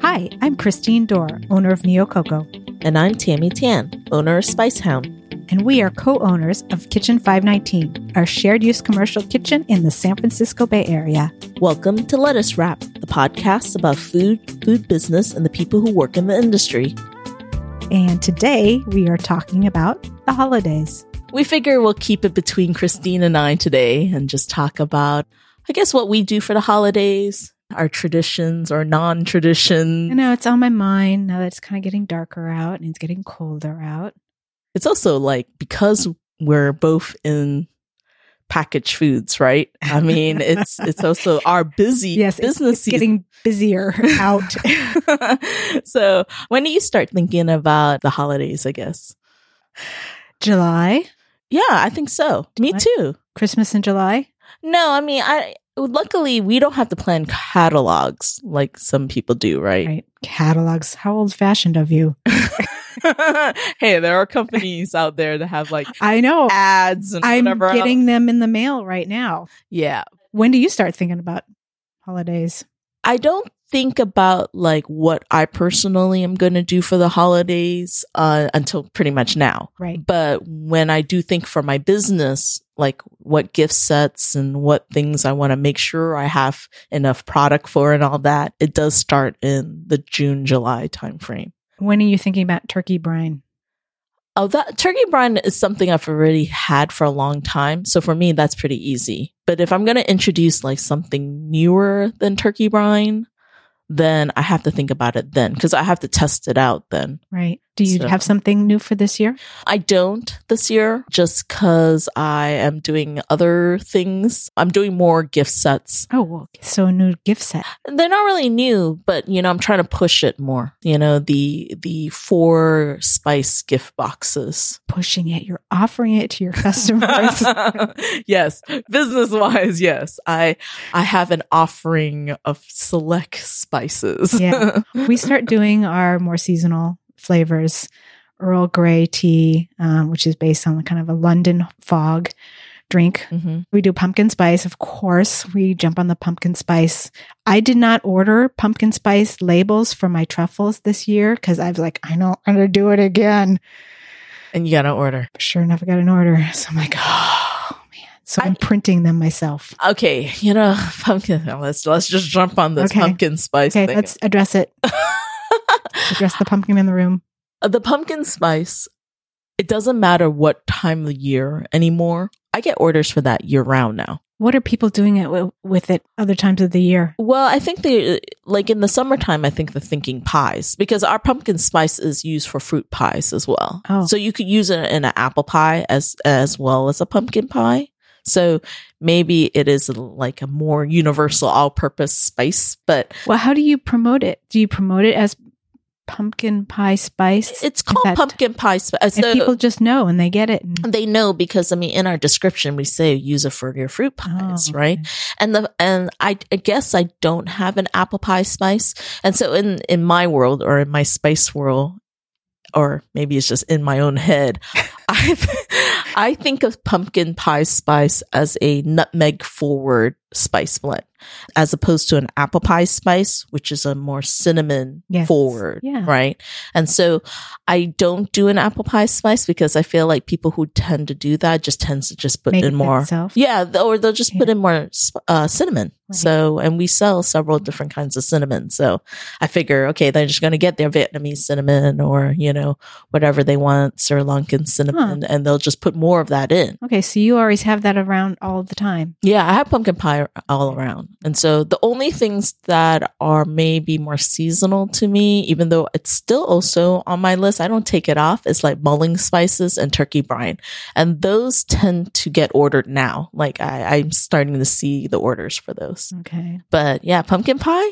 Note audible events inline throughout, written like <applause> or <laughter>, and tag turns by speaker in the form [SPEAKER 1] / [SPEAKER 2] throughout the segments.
[SPEAKER 1] Hi, I'm Christine Dorr, owner of Neo Coco,
[SPEAKER 2] And I'm Tammy Tan, owner of Spice Hound.
[SPEAKER 1] and we are co owners of Kitchen 519, our shared use commercial kitchen in the San Francisco Bay Area.
[SPEAKER 2] Welcome to Lettuce Wrap, the podcast about food, food business, and the people who work in the industry.
[SPEAKER 1] And today we are talking about the holidays.
[SPEAKER 2] We figure we'll keep it between Christine and I today and just talk about, I guess, what we do for the holidays, our traditions or non
[SPEAKER 1] I
[SPEAKER 2] tradition.
[SPEAKER 1] know it's on my mind now that it's kind of getting darker out and it's getting colder out.
[SPEAKER 2] It's also like because we're both in packaged foods, right? I mean, it's it's also our
[SPEAKER 1] <laughs>
[SPEAKER 2] busy
[SPEAKER 1] Yes, it's,
[SPEAKER 2] business
[SPEAKER 1] it's getting busier
[SPEAKER 2] <laughs>
[SPEAKER 1] out.
[SPEAKER 2] season. <laughs> so, when do you start thinking about the holidays, I guess?
[SPEAKER 1] July,
[SPEAKER 2] Yeah, I think so. Me
[SPEAKER 1] What?
[SPEAKER 2] too.
[SPEAKER 1] Christmas in July.
[SPEAKER 2] No, I mean, I luckily we don't have to plan catalogs like some people do, right?
[SPEAKER 1] Right. Catalogs. How old fashioned of you.
[SPEAKER 2] <laughs> hey, there are companies out there that have like
[SPEAKER 1] I know.
[SPEAKER 2] ads and
[SPEAKER 1] Oh, I'm
[SPEAKER 2] whatever. else.
[SPEAKER 1] getting them in the mail right now.
[SPEAKER 2] yeah.
[SPEAKER 1] When do you start thinking about holidays?
[SPEAKER 2] I don't think about like what I personally am going to do for the holidays uh, until pretty much now.
[SPEAKER 1] Right.
[SPEAKER 2] But when I do think for my business, like what gift sets and what things I want to make sure I have enough product for and all that, it does start in the June, July timeframe.
[SPEAKER 1] When are you thinking about turkey brine?
[SPEAKER 2] Oh, that turkey brine is something I've already had for a long time. So for me, that's pretty easy. But if I'm going to introduce like something newer than turkey brine, then I have to think about it then because I have to test it out then.
[SPEAKER 1] Right. Do you
[SPEAKER 2] So-
[SPEAKER 1] have something new for this year?
[SPEAKER 2] I don't this year just because I am doing other things. I'm doing more gift sets.
[SPEAKER 1] Oh, well, so a new gift set.
[SPEAKER 2] They're not really new, but you know, I'm trying to push it more. You know, the the four spice gift boxes.
[SPEAKER 1] <laughs> Pushing it. You're offering it to your customers.
[SPEAKER 2] <laughs> yes, business wise, yes. I I have an offering of select spices. <laughs>
[SPEAKER 1] Yeah. we start doing our more seasonal flavors Earl Grey tea, um, which is based on kind of a London fog drink.
[SPEAKER 2] Mhm.
[SPEAKER 1] We do pumpkin spice, of course. We jump on the pumpkin spice. I did not order pumpkin spice labels for my truffles this year because I was like, I know I'm going to do it again.
[SPEAKER 2] and you gotta order.
[SPEAKER 1] Sure enough, I got an order. <laughs> So I'm like, oh, man. So I, am
[SPEAKER 2] I-
[SPEAKER 1] printing them myself.
[SPEAKER 2] Okay, you know <laughs> pumpkin. Let's let's just jump on this
[SPEAKER 1] Okay.
[SPEAKER 2] pumpkin spice
[SPEAKER 1] Okay,
[SPEAKER 2] thing.
[SPEAKER 1] let's address <laughs> it. Address the pumpkin in the room.
[SPEAKER 2] Uh, the pumpkin spice. It doesn't matter what time of year anymore. I get orders for that year round now.
[SPEAKER 1] What are people doing it w- with it other times of the year?
[SPEAKER 2] Well, I think the like in the summertime, I think the thinking pies because our pumpkin spice is used for fruit pies as well.
[SPEAKER 1] Oh.
[SPEAKER 2] So you could use it in an apple pie as as well as a pumpkin pie. So maybe it is like a more universal all-purpose spice, but
[SPEAKER 1] Well, how do you promote it? Do you promote it as pumpkin pie spice?
[SPEAKER 2] it's called
[SPEAKER 1] that-
[SPEAKER 2] pumpkin pie spice.
[SPEAKER 1] and
[SPEAKER 2] So
[SPEAKER 1] people just know and they get it. and-
[SPEAKER 2] they know because I mean in our description we say use it for your fruit pies,
[SPEAKER 1] Oh,
[SPEAKER 2] right?
[SPEAKER 1] okay.
[SPEAKER 2] and the and I, I guess I don't have an apple pie spice, and so in in my world or in my spice world, or maybe it's just in my own head, <laughs> I th- I think of pumpkin pie spice as a nutmeg forward spice blend, as opposed to an apple pie spice, which is a more cinnamon
[SPEAKER 1] Yes.
[SPEAKER 2] forward,
[SPEAKER 1] Yeah.
[SPEAKER 2] right? And so I don't do an apple pie spice because I feel like people who tend to do that just tends to just put
[SPEAKER 1] Make
[SPEAKER 2] in
[SPEAKER 1] it
[SPEAKER 2] more.
[SPEAKER 1] itself.
[SPEAKER 2] Yeah, th- or they'll just put in more sp- uh, cinnamon.
[SPEAKER 1] Right.
[SPEAKER 2] So, and we sell several different kinds of cinnamon. So, I figure, okay, they're just going to get their Vietnamese cinnamon or you know whatever they want, Sri Lankan cinnamon, and they'll just put more of that in.
[SPEAKER 1] Okay, so you always have that around all the time.
[SPEAKER 2] Yeah, I have pumpkin pie all around, and so the only things that are maybe more seasonal to me, even though it's still also on my list, I don't take it off. It's like mulling spices and turkey brine and those tend to get ordered now. Like I, I'm starting to see the orders for those.
[SPEAKER 1] <laughs> Okay.
[SPEAKER 2] But yeah, pumpkin pie.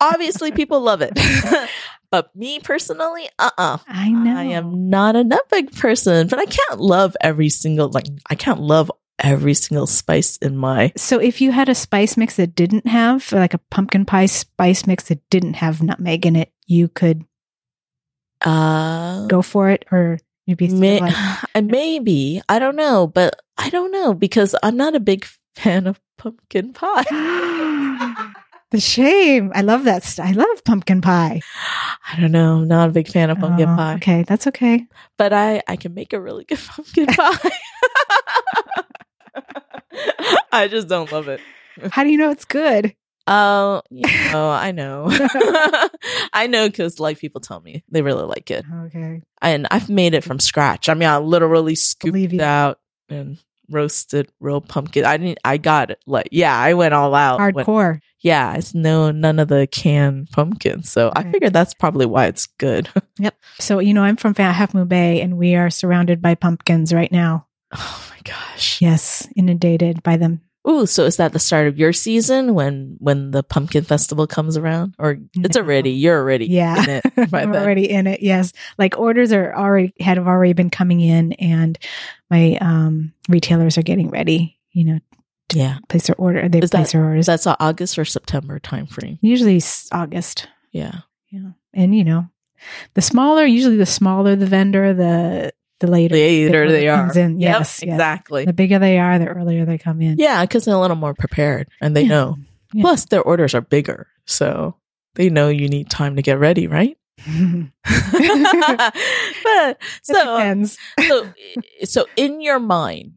[SPEAKER 2] Obviously, people love it, <laughs> but me personally, uh, uh
[SPEAKER 1] I know.
[SPEAKER 2] I am not a nutmeg person. But I can't love every single like I can't love every single spice in my.
[SPEAKER 1] So if you had a spice mix that didn't have like a pumpkin pie spice mix that didn't have nutmeg in it, you could
[SPEAKER 2] Uh,
[SPEAKER 1] go for it or you'd be still
[SPEAKER 2] May-
[SPEAKER 1] like <gasps>
[SPEAKER 2] <laughs> I- maybe I don't know, but <laughs> I don't know because I'm not a big fan of pumpkin pie.
[SPEAKER 1] The shame. I love that. St- I love pumpkin pie.
[SPEAKER 2] <laughs> I don't know. I'm not a big fan of pumpkin
[SPEAKER 1] Oh,
[SPEAKER 2] pie,
[SPEAKER 1] Okay, that's okay.
[SPEAKER 2] but I, I can make a really good <laughs> pumpkin pie. I just don't love it.
[SPEAKER 1] How do you know it's good?
[SPEAKER 2] Oh, you know,
[SPEAKER 1] <laughs>
[SPEAKER 2] I know. <laughs> I know because like people tell me they really like it,
[SPEAKER 1] Okay.
[SPEAKER 2] and I've made it from scratch. I mean, I literally scooped
[SPEAKER 1] Believe
[SPEAKER 2] it
[SPEAKER 1] you.
[SPEAKER 2] out and roasted real pumpkin. I didn't. I got it. Like, yeah, I went all out. when-
[SPEAKER 1] Hardcore.
[SPEAKER 2] yeah, it's no none of the canned pumpkin. So I
[SPEAKER 1] Right.
[SPEAKER 2] figured that's probably why it's good. <laughs>
[SPEAKER 1] So, you know, I'm from Fa- Half Moon Bay and we are surrounded by pumpkins right now.
[SPEAKER 2] oh my gosh.
[SPEAKER 1] Yes, inundated by them.
[SPEAKER 2] Ooh, so is that the start of your season when when the pumpkin festival comes around? Or it's
[SPEAKER 1] No.
[SPEAKER 2] already you're already
[SPEAKER 1] Yeah.
[SPEAKER 2] in
[SPEAKER 1] <laughs>
[SPEAKER 2] it by
[SPEAKER 1] I'm
[SPEAKER 2] then.
[SPEAKER 1] already in it. Yes. Like orders are already had have already been coming in and my um retailers are getting ready, you know,
[SPEAKER 2] Yeah.
[SPEAKER 1] place their order. They
[SPEAKER 2] Is that-
[SPEAKER 1] place their orders.
[SPEAKER 2] Is that so August or September time frame?
[SPEAKER 1] usually s- August.
[SPEAKER 2] Yeah.
[SPEAKER 1] Yeah. And you know, the smaller, usually the smaller the vendor, the the later,
[SPEAKER 2] Later
[SPEAKER 1] order
[SPEAKER 2] they are.
[SPEAKER 1] comes in.
[SPEAKER 2] Yep,
[SPEAKER 1] Yes, yes.
[SPEAKER 2] exactly.
[SPEAKER 1] The bigger they are, the earlier they come <laughs> in.
[SPEAKER 2] Yeah, because they're a little more prepared and they
[SPEAKER 1] Yeah.
[SPEAKER 2] know.
[SPEAKER 1] Yeah.
[SPEAKER 2] Plus their orders are bigger. So they know you need time to get ready,
[SPEAKER 1] <laughs>
[SPEAKER 2] right? <laughs> but
[SPEAKER 1] It
[SPEAKER 2] so
[SPEAKER 1] depends.
[SPEAKER 2] so, so in your mind,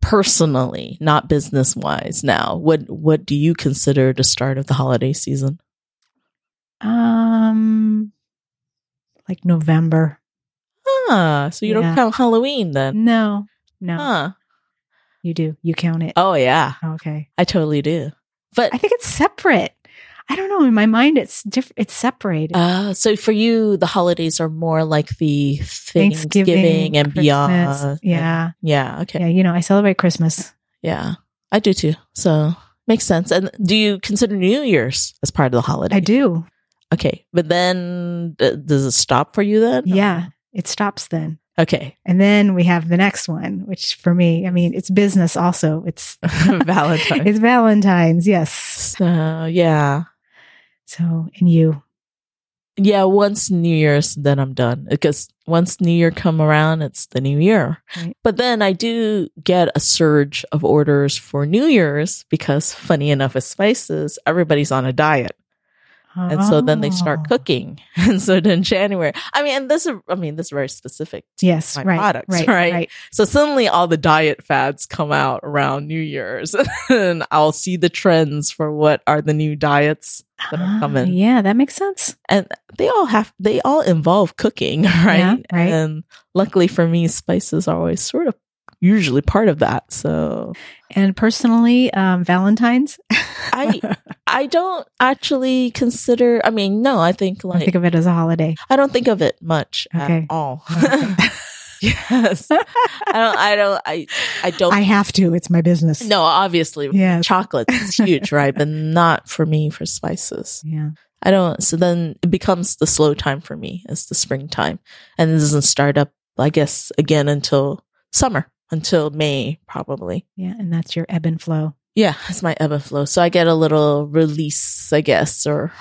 [SPEAKER 2] personally, not business wise, now what what do you consider the start of the holiday season?
[SPEAKER 1] Um, like November.
[SPEAKER 2] Ah, so you
[SPEAKER 1] Yeah.
[SPEAKER 2] don't count Halloween then?
[SPEAKER 1] No, no,
[SPEAKER 2] Huh.
[SPEAKER 1] you do. You count it.
[SPEAKER 2] Oh yeah,
[SPEAKER 1] Okay.
[SPEAKER 2] I totally do. But
[SPEAKER 1] I think it's separate. I don't know. In my mind, it's diff- It's separated.
[SPEAKER 2] uh, so for you, the holidays are more like the Thanksgiving, and
[SPEAKER 1] Christmas.
[SPEAKER 2] beyond.
[SPEAKER 1] Yeah.
[SPEAKER 2] yeah. Okay.
[SPEAKER 1] Yeah. You know, I celebrate Christmas.
[SPEAKER 2] Yeah, I do too. So makes sense. And do you consider New Year's as part of the holiday?
[SPEAKER 1] I do.
[SPEAKER 2] Okay, but then d- does it stop for you then?
[SPEAKER 1] Yeah. It stops then.
[SPEAKER 2] Okay.
[SPEAKER 1] And then we have the next one, which for me, I mean, it's business also. It's
[SPEAKER 2] Valentine.
[SPEAKER 1] It's <laughs> Valentine's, yes.
[SPEAKER 2] So yeah,
[SPEAKER 1] So, and you.
[SPEAKER 2] yeah. Once New Year's, then I'm done because once New Year come around, it's the New Year.
[SPEAKER 1] Right.
[SPEAKER 2] But then I do get a surge of orders for New Year's because, funny enough, as spices, everybody's on a diet, and so then they
[SPEAKER 1] Oh.
[SPEAKER 2] start cooking, <laughs> and so then January. I mean, and this is, I mean, this is very specific. To
[SPEAKER 1] Yes,
[SPEAKER 2] my
[SPEAKER 1] right,
[SPEAKER 2] products,
[SPEAKER 1] right,
[SPEAKER 2] right? So suddenly all the diet fads come out around New Year's <laughs> and I'll see the trends for what are the new diets that are
[SPEAKER 1] Ah,
[SPEAKER 2] coming.
[SPEAKER 1] Yeah, that makes sense.
[SPEAKER 2] And they all have they all involve cooking, <laughs> right?
[SPEAKER 1] Yeah, right.
[SPEAKER 2] And luckily for me, spices are always sort of usually part of that. So
[SPEAKER 1] And personally, um, Valentine's, <laughs>
[SPEAKER 2] I I don't actually consider I mean, no, I think
[SPEAKER 1] I
[SPEAKER 2] like
[SPEAKER 1] think of it as a holiday.
[SPEAKER 2] I don't think of it much at
[SPEAKER 1] Okay.
[SPEAKER 2] all. <laughs>
[SPEAKER 1] Okay.
[SPEAKER 2] yes. I don't I don't I I don't
[SPEAKER 1] I have to. It's my business.
[SPEAKER 2] no, obviously,
[SPEAKER 1] Yes.
[SPEAKER 2] chocolates is huge, right? But not for me for spices.
[SPEAKER 1] Yeah.
[SPEAKER 2] I don't. So then it becomes the slow time for me. It's the springtime, and it doesn't start up, I guess, again until summer, until May probably.
[SPEAKER 1] Yeah. And that's your ebb and flow.
[SPEAKER 2] Yeah, it's my ebb and flow. So I get a little release, I guess, or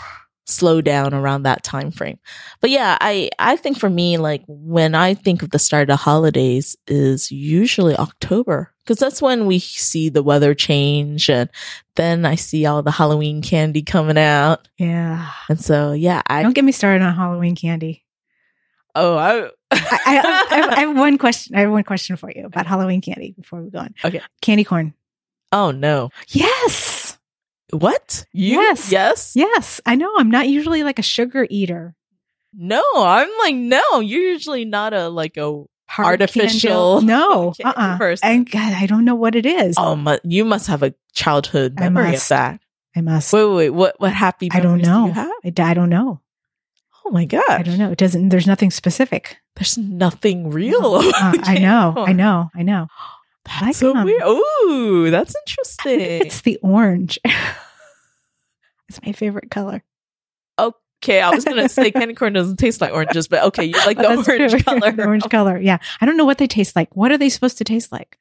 [SPEAKER 2] slow down around that time frame. But yeah, I I think for me, like when I think of the start of holidays is usually October because that's when we see the weather change, and then I see all the Halloween candy coming out,
[SPEAKER 1] Yeah.
[SPEAKER 2] and so yeah, I
[SPEAKER 1] Don't get me started on Halloween candy.
[SPEAKER 2] oh I,
[SPEAKER 1] I, I, I, have, I have one question. I have one question for you about Halloween candy before we go on.
[SPEAKER 2] Okay.
[SPEAKER 1] Candy corn.
[SPEAKER 2] <laughs> oh no
[SPEAKER 1] Yes.
[SPEAKER 2] what you
[SPEAKER 1] Yes.
[SPEAKER 2] yes
[SPEAKER 1] Yes. I know. I'm not usually like a sugar eater.
[SPEAKER 2] no I'm like no you're usually not a like a
[SPEAKER 1] Hard
[SPEAKER 2] Artificial
[SPEAKER 1] candy- <laughs> No.
[SPEAKER 2] candy
[SPEAKER 1] Uh uh
[SPEAKER 2] person.
[SPEAKER 1] And God, I don't know what it is.
[SPEAKER 2] Oh, mu- you must have a childhood
[SPEAKER 1] I
[SPEAKER 2] memory of
[SPEAKER 1] must.
[SPEAKER 2] that.
[SPEAKER 1] I must.
[SPEAKER 2] Wait, wait, wait, what? What happy
[SPEAKER 1] I don't
[SPEAKER 2] memories do
[SPEAKER 1] know.
[SPEAKER 2] you have?
[SPEAKER 1] I, d- I don't know.
[SPEAKER 2] Oh my gosh!
[SPEAKER 1] I don't know. It doesn't, there's nothing specific.
[SPEAKER 2] There's nothing real.
[SPEAKER 1] Uh, <laughs>
[SPEAKER 2] about the
[SPEAKER 1] I
[SPEAKER 2] <laughs>
[SPEAKER 1] know. I
[SPEAKER 2] candy.
[SPEAKER 1] know. I <gasps> know.
[SPEAKER 2] That's
[SPEAKER 1] Like,
[SPEAKER 2] so
[SPEAKER 1] um,
[SPEAKER 2] weird. Ooh, that's interesting.
[SPEAKER 1] It's the orange. <laughs> it's my favorite color.
[SPEAKER 2] okay, I was
[SPEAKER 1] <laughs>
[SPEAKER 2] gonna say candy corn doesn't taste like oranges, but okay, you like the
[SPEAKER 1] Oh, That's true. <laughs>
[SPEAKER 2] orange color.
[SPEAKER 1] the orange color. Yeah. I don't know what they taste like. What are they supposed to taste like?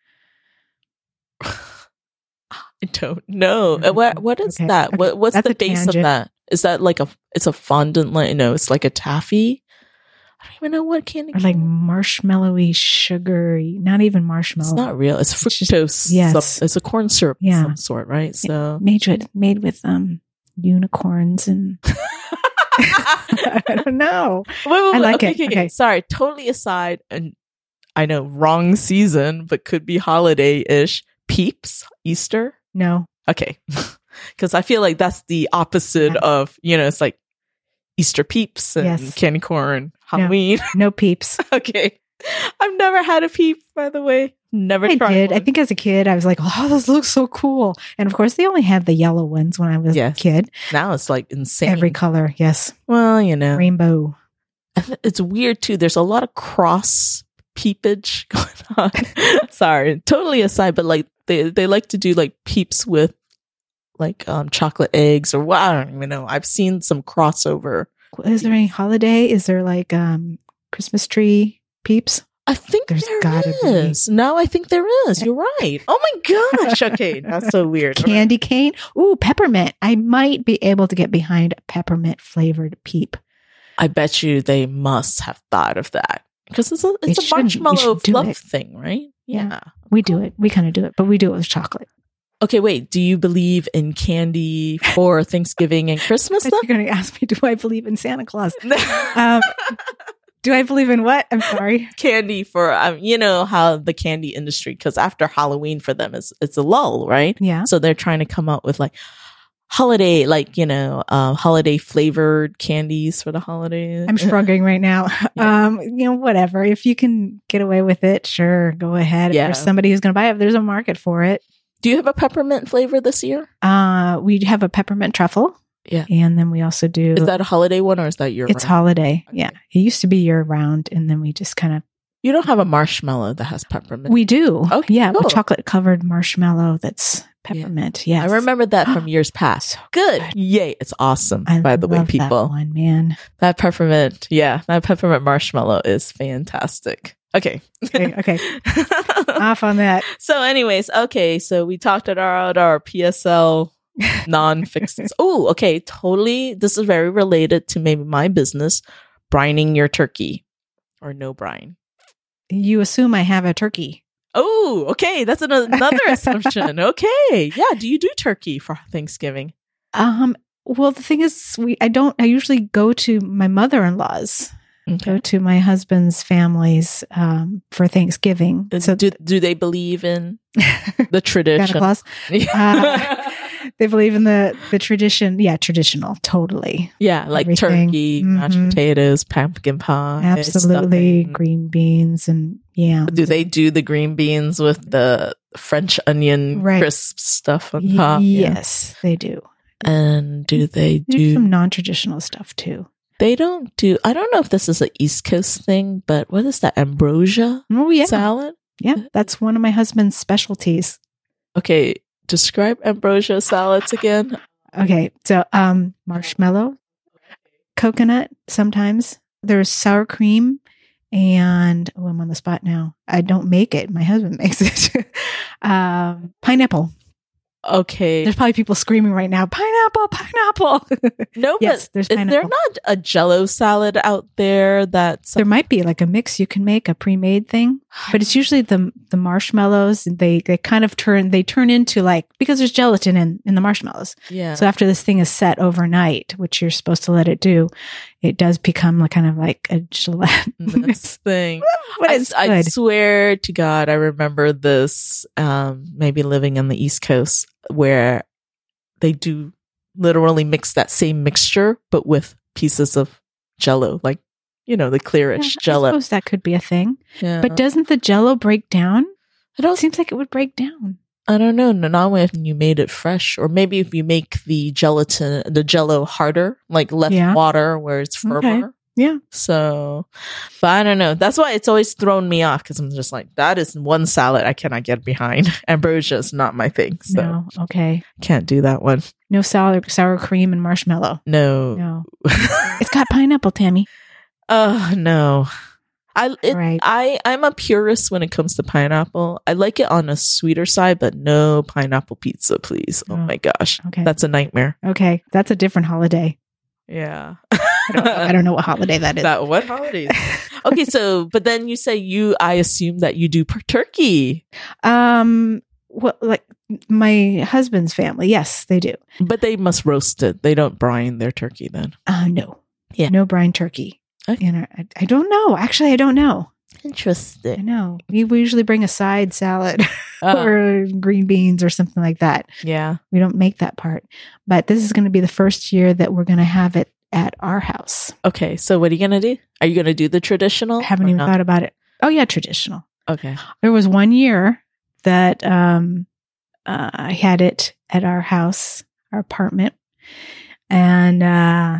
[SPEAKER 2] <laughs> I don't know. Uh,
[SPEAKER 1] Okay,
[SPEAKER 2] What? What is
[SPEAKER 1] Mm-hmm. okay,
[SPEAKER 2] that?
[SPEAKER 1] okay.
[SPEAKER 2] What? What's
[SPEAKER 1] That's
[SPEAKER 2] the
[SPEAKER 1] a
[SPEAKER 2] base of
[SPEAKER 1] tangent.
[SPEAKER 2] that? Is that like a? It's a fondant. Like, no, it's like a taffy. I don't even know what candy.
[SPEAKER 1] Or like
[SPEAKER 2] corn-
[SPEAKER 1] marshmallowy, sugary, not even marshmallow.
[SPEAKER 2] It's not real. It's
[SPEAKER 1] It's
[SPEAKER 2] fructose.
[SPEAKER 1] just- yes.
[SPEAKER 2] some- it's a corn syrup of
[SPEAKER 1] Yeah. <laughs>
[SPEAKER 2] some sort, right? So <laughs>
[SPEAKER 1] made with made with um unicorns and <laughs> I don't know.
[SPEAKER 2] Wait, wait, wait.
[SPEAKER 1] I like
[SPEAKER 2] okay,
[SPEAKER 1] it.
[SPEAKER 2] Okay, okay.
[SPEAKER 1] Okay.
[SPEAKER 2] Sorry, totally aside, and I know wrong season, but could be holiday ish. Peeps, Easter.
[SPEAKER 1] No,
[SPEAKER 2] Okay, <laughs> because I feel like that's the opposite
[SPEAKER 1] Yeah.
[SPEAKER 2] of you know, it's like Easter peeps and
[SPEAKER 1] Yes.
[SPEAKER 2] candy corn, Halloween. <laughs>
[SPEAKER 1] no peeps.
[SPEAKER 2] okay, I've never had a peep, by the way. Never
[SPEAKER 1] I
[SPEAKER 2] tried.
[SPEAKER 1] did. I
[SPEAKER 2] one.
[SPEAKER 1] think as a kid, I was like, "Oh, this looks so cool!" And of course, they only had the yellow ones when I was
[SPEAKER 2] Yes.
[SPEAKER 1] a kid.
[SPEAKER 2] now it's like insane.
[SPEAKER 1] Every color, yes,
[SPEAKER 2] well, you know,
[SPEAKER 1] rainbow.
[SPEAKER 2] I th- <laughs> it's weird too. There's a lot of cross peepage <laughs> going on. Sorry, totally aside, but like they they like to do like peeps with like um chocolate eggs or what I don't even know. I've seen some crossover.
[SPEAKER 1] Is there any holiday? Is there like um Christmas tree peeps?
[SPEAKER 2] I think
[SPEAKER 1] There's
[SPEAKER 2] there
[SPEAKER 1] gotta be.
[SPEAKER 2] is. No, I think there
[SPEAKER 1] <laughs>
[SPEAKER 2] is. You're right. Oh my gosh. Okay, that's so weird.
[SPEAKER 1] Candy cane? Ooh, peppermint. I might be able to get behind a peppermint flavored peep.
[SPEAKER 2] I bet you they must have thought of that because it's a
[SPEAKER 1] They
[SPEAKER 2] it's a
[SPEAKER 1] shouldn't. We
[SPEAKER 2] marshmallow
[SPEAKER 1] should do
[SPEAKER 2] fluff
[SPEAKER 1] it.
[SPEAKER 2] thing, right?
[SPEAKER 1] Yeah.
[SPEAKER 2] yeah.
[SPEAKER 1] We do it. We kind of do it, but we do it with chocolate.
[SPEAKER 2] Okay, wait. Do you believe in candy for Thanksgiving and Christmas?
[SPEAKER 1] But
[SPEAKER 2] Though?
[SPEAKER 1] you're going to ask me, do I believe in Santa Claus?
[SPEAKER 2] No.
[SPEAKER 1] <laughs> Um, do I believe in what? I'm sorry.
[SPEAKER 2] <laughs> candy for um, you know how the candy industry because after Halloween for them is it's a lull, right?
[SPEAKER 1] Yeah.
[SPEAKER 2] So they're trying to come up with like holiday, like you know, uh, holiday flavored candies for the holidays.
[SPEAKER 1] <laughs> I'm shrugging right now.
[SPEAKER 2] Yeah.
[SPEAKER 1] Um, you know, whatever. If you can get away with it, sure, go ahead.
[SPEAKER 2] Yeah.
[SPEAKER 1] If there's somebody who's going to buy it, if there's a market for it.
[SPEAKER 2] Do you have a peppermint flavor this year?
[SPEAKER 1] Uh, we have a peppermint truffle.
[SPEAKER 2] Yeah.
[SPEAKER 1] And then we also do
[SPEAKER 2] Is that a holiday one or is that your?
[SPEAKER 1] It's holiday. Yeah. It used to be year round. And then we just kind of,
[SPEAKER 2] You don't have a marshmallow that has peppermint.
[SPEAKER 1] we do.
[SPEAKER 2] Okay,
[SPEAKER 1] Oh, yeah.
[SPEAKER 2] cool.
[SPEAKER 1] With chocolate covered marshmallow that's peppermint. Yeah.
[SPEAKER 2] I remember that
[SPEAKER 1] <gasps>
[SPEAKER 2] from years past. Good.
[SPEAKER 1] good.
[SPEAKER 2] Yay. It's awesome,
[SPEAKER 1] I
[SPEAKER 2] by the way,
[SPEAKER 1] love that
[SPEAKER 2] people.
[SPEAKER 1] one, man.
[SPEAKER 2] That peppermint, yeah, that peppermint marshmallow is fantastic. Okay.
[SPEAKER 1] Okay. okay. <laughs> Off on that.
[SPEAKER 2] <laughs> so, anyways, okay, so we talked about
[SPEAKER 1] <laughs>
[SPEAKER 2] our PSL non-fixed. oh, okay, totally. This is very related to maybe my business, brining your turkey or no brine.
[SPEAKER 1] You assume I have a turkey.
[SPEAKER 2] Oh, okay, that's an- another
[SPEAKER 1] <laughs>
[SPEAKER 2] assumption. Okay, yeah. Do you do turkey for Thanksgiving?
[SPEAKER 1] Um, well, the thing is, we I don't. I usually go to my mother in law's, go
[SPEAKER 2] Okay.
[SPEAKER 1] to my husband's family's um, for Thanksgiving. So
[SPEAKER 2] Uh,
[SPEAKER 1] <laughs>
[SPEAKER 2] do do they believe in the
[SPEAKER 1] Santa
[SPEAKER 2] tradition? <laughs>
[SPEAKER 1] Claus, Uh, they believe in the the tradition. Yeah, traditional, totally,
[SPEAKER 2] Yeah, like
[SPEAKER 1] Everything.
[SPEAKER 2] turkey, mashed
[SPEAKER 1] Mhm.
[SPEAKER 2] potatoes, pumpkin pie.
[SPEAKER 1] absolutely.
[SPEAKER 2] stuffing.
[SPEAKER 1] Green beans and yeah,
[SPEAKER 2] Do they do the green beans with the French onion
[SPEAKER 1] Right.
[SPEAKER 2] crisp stuff on
[SPEAKER 1] Y-
[SPEAKER 2] top? Yeah.
[SPEAKER 1] yes, they do.
[SPEAKER 2] And do
[SPEAKER 1] They
[SPEAKER 2] they
[SPEAKER 1] do
[SPEAKER 2] do?
[SPEAKER 1] some non traditional stuff too.
[SPEAKER 2] They don't do. I don't know if this is an East Coast thing, but what is that ambrosia
[SPEAKER 1] Oh yeah,
[SPEAKER 2] salad?
[SPEAKER 1] yeah. That's one of my husband's specialties.
[SPEAKER 2] Okay, describe ambrosia salads again.
[SPEAKER 1] Okay. So um marshmallow, coconut sometimes. There's sour cream and oh I'm on the spot now. I don't make it. My husband <laughs> makes it. um pineapple.
[SPEAKER 2] Okay,
[SPEAKER 1] There's probably people screaming right now, pineapple, pineapple. <laughs>
[SPEAKER 2] no,
[SPEAKER 1] yes, there's
[SPEAKER 2] but is there
[SPEAKER 1] pineapple.
[SPEAKER 2] not a Jello salad out there that's
[SPEAKER 1] there might be like a mix you can make, a pre-made thing. But it's usually the the marshmallows they they kind of turn they turn into like because there's gelatin in, in the marshmallows.
[SPEAKER 2] yeah.
[SPEAKER 1] So after this thing is set overnight, which you're supposed to let it do, it does become like kind of like a gelatinous.
[SPEAKER 2] this thing.
[SPEAKER 1] <laughs> but
[SPEAKER 2] I-
[SPEAKER 1] it's
[SPEAKER 2] I,
[SPEAKER 1] good.
[SPEAKER 2] swear to God, I remember this. Um, maybe living on the East Coast where they do literally mix that same mixture, but with pieces of Jello, like you know the
[SPEAKER 1] <laughs> Yeah,
[SPEAKER 2] clearish
[SPEAKER 1] I
[SPEAKER 2] Jello.
[SPEAKER 1] suppose that could be a thing.
[SPEAKER 2] Yeah.
[SPEAKER 1] But doesn't the Jello break down?
[SPEAKER 2] I
[SPEAKER 1] It
[SPEAKER 2] don't.
[SPEAKER 1] seems like it would break down.
[SPEAKER 2] I don't know. no, Not when you made it fresh, or maybe if you make the gelatin, the Jello harder, like less
[SPEAKER 1] Yeah.
[SPEAKER 2] water where it's firmer.
[SPEAKER 1] Okay. Yeah.
[SPEAKER 2] So, but I don't know. That's why it's always thrown me off because I'm just like, that is one salad I cannot get behind. <laughs> Ambrosia is not my thing. So,
[SPEAKER 1] No. Okay.
[SPEAKER 2] can't do that one.
[SPEAKER 1] No sour sour cream and marshmallow.
[SPEAKER 2] No. <laughs>
[SPEAKER 1] No. It's got pineapple, Tammy.
[SPEAKER 2] oh, no. I, it,
[SPEAKER 1] Right.
[SPEAKER 2] I, I'm a purist when it comes to pineapple. I like it on a sweeter side, but no pineapple pizza, please. Oh
[SPEAKER 1] Oh.
[SPEAKER 2] my gosh.
[SPEAKER 1] Okay.
[SPEAKER 2] That's a nightmare.
[SPEAKER 1] okay. That's a different
[SPEAKER 2] <laughs>
[SPEAKER 1] holiday.
[SPEAKER 2] Yeah.
[SPEAKER 1] I don't, know-
[SPEAKER 2] <laughs>
[SPEAKER 1] I don't know what holiday that is.
[SPEAKER 2] That what holidays? okay, so but then you say you I assume that you do per- turkey.
[SPEAKER 1] <laughs> um well, like my husband's family, yes, they do.
[SPEAKER 2] But they must roast it. They don't brine their turkey then.
[SPEAKER 1] Uh, no,
[SPEAKER 2] Yeah.
[SPEAKER 1] no brine turkey.
[SPEAKER 2] Okay.
[SPEAKER 1] And I, I don't know. Actually, I don't know. I
[SPEAKER 2] Interesting.
[SPEAKER 1] know. We, we usually bring a side salad <laughs>
[SPEAKER 2] Uh,
[SPEAKER 1] or green beans or something like that.
[SPEAKER 2] yeah.
[SPEAKER 1] We don't make that part. But this is going to be the first year that we're going to have it at our house.
[SPEAKER 2] Okay. So what are you gonna do? Are you gonna do the traditional?
[SPEAKER 1] I haven't
[SPEAKER 2] Oh, or
[SPEAKER 1] even
[SPEAKER 2] not?
[SPEAKER 1] thought about it. Oh, yeah, traditional.
[SPEAKER 2] Okay.
[SPEAKER 1] There was one year that um, uh, I had it at our house, our apartment, and uh,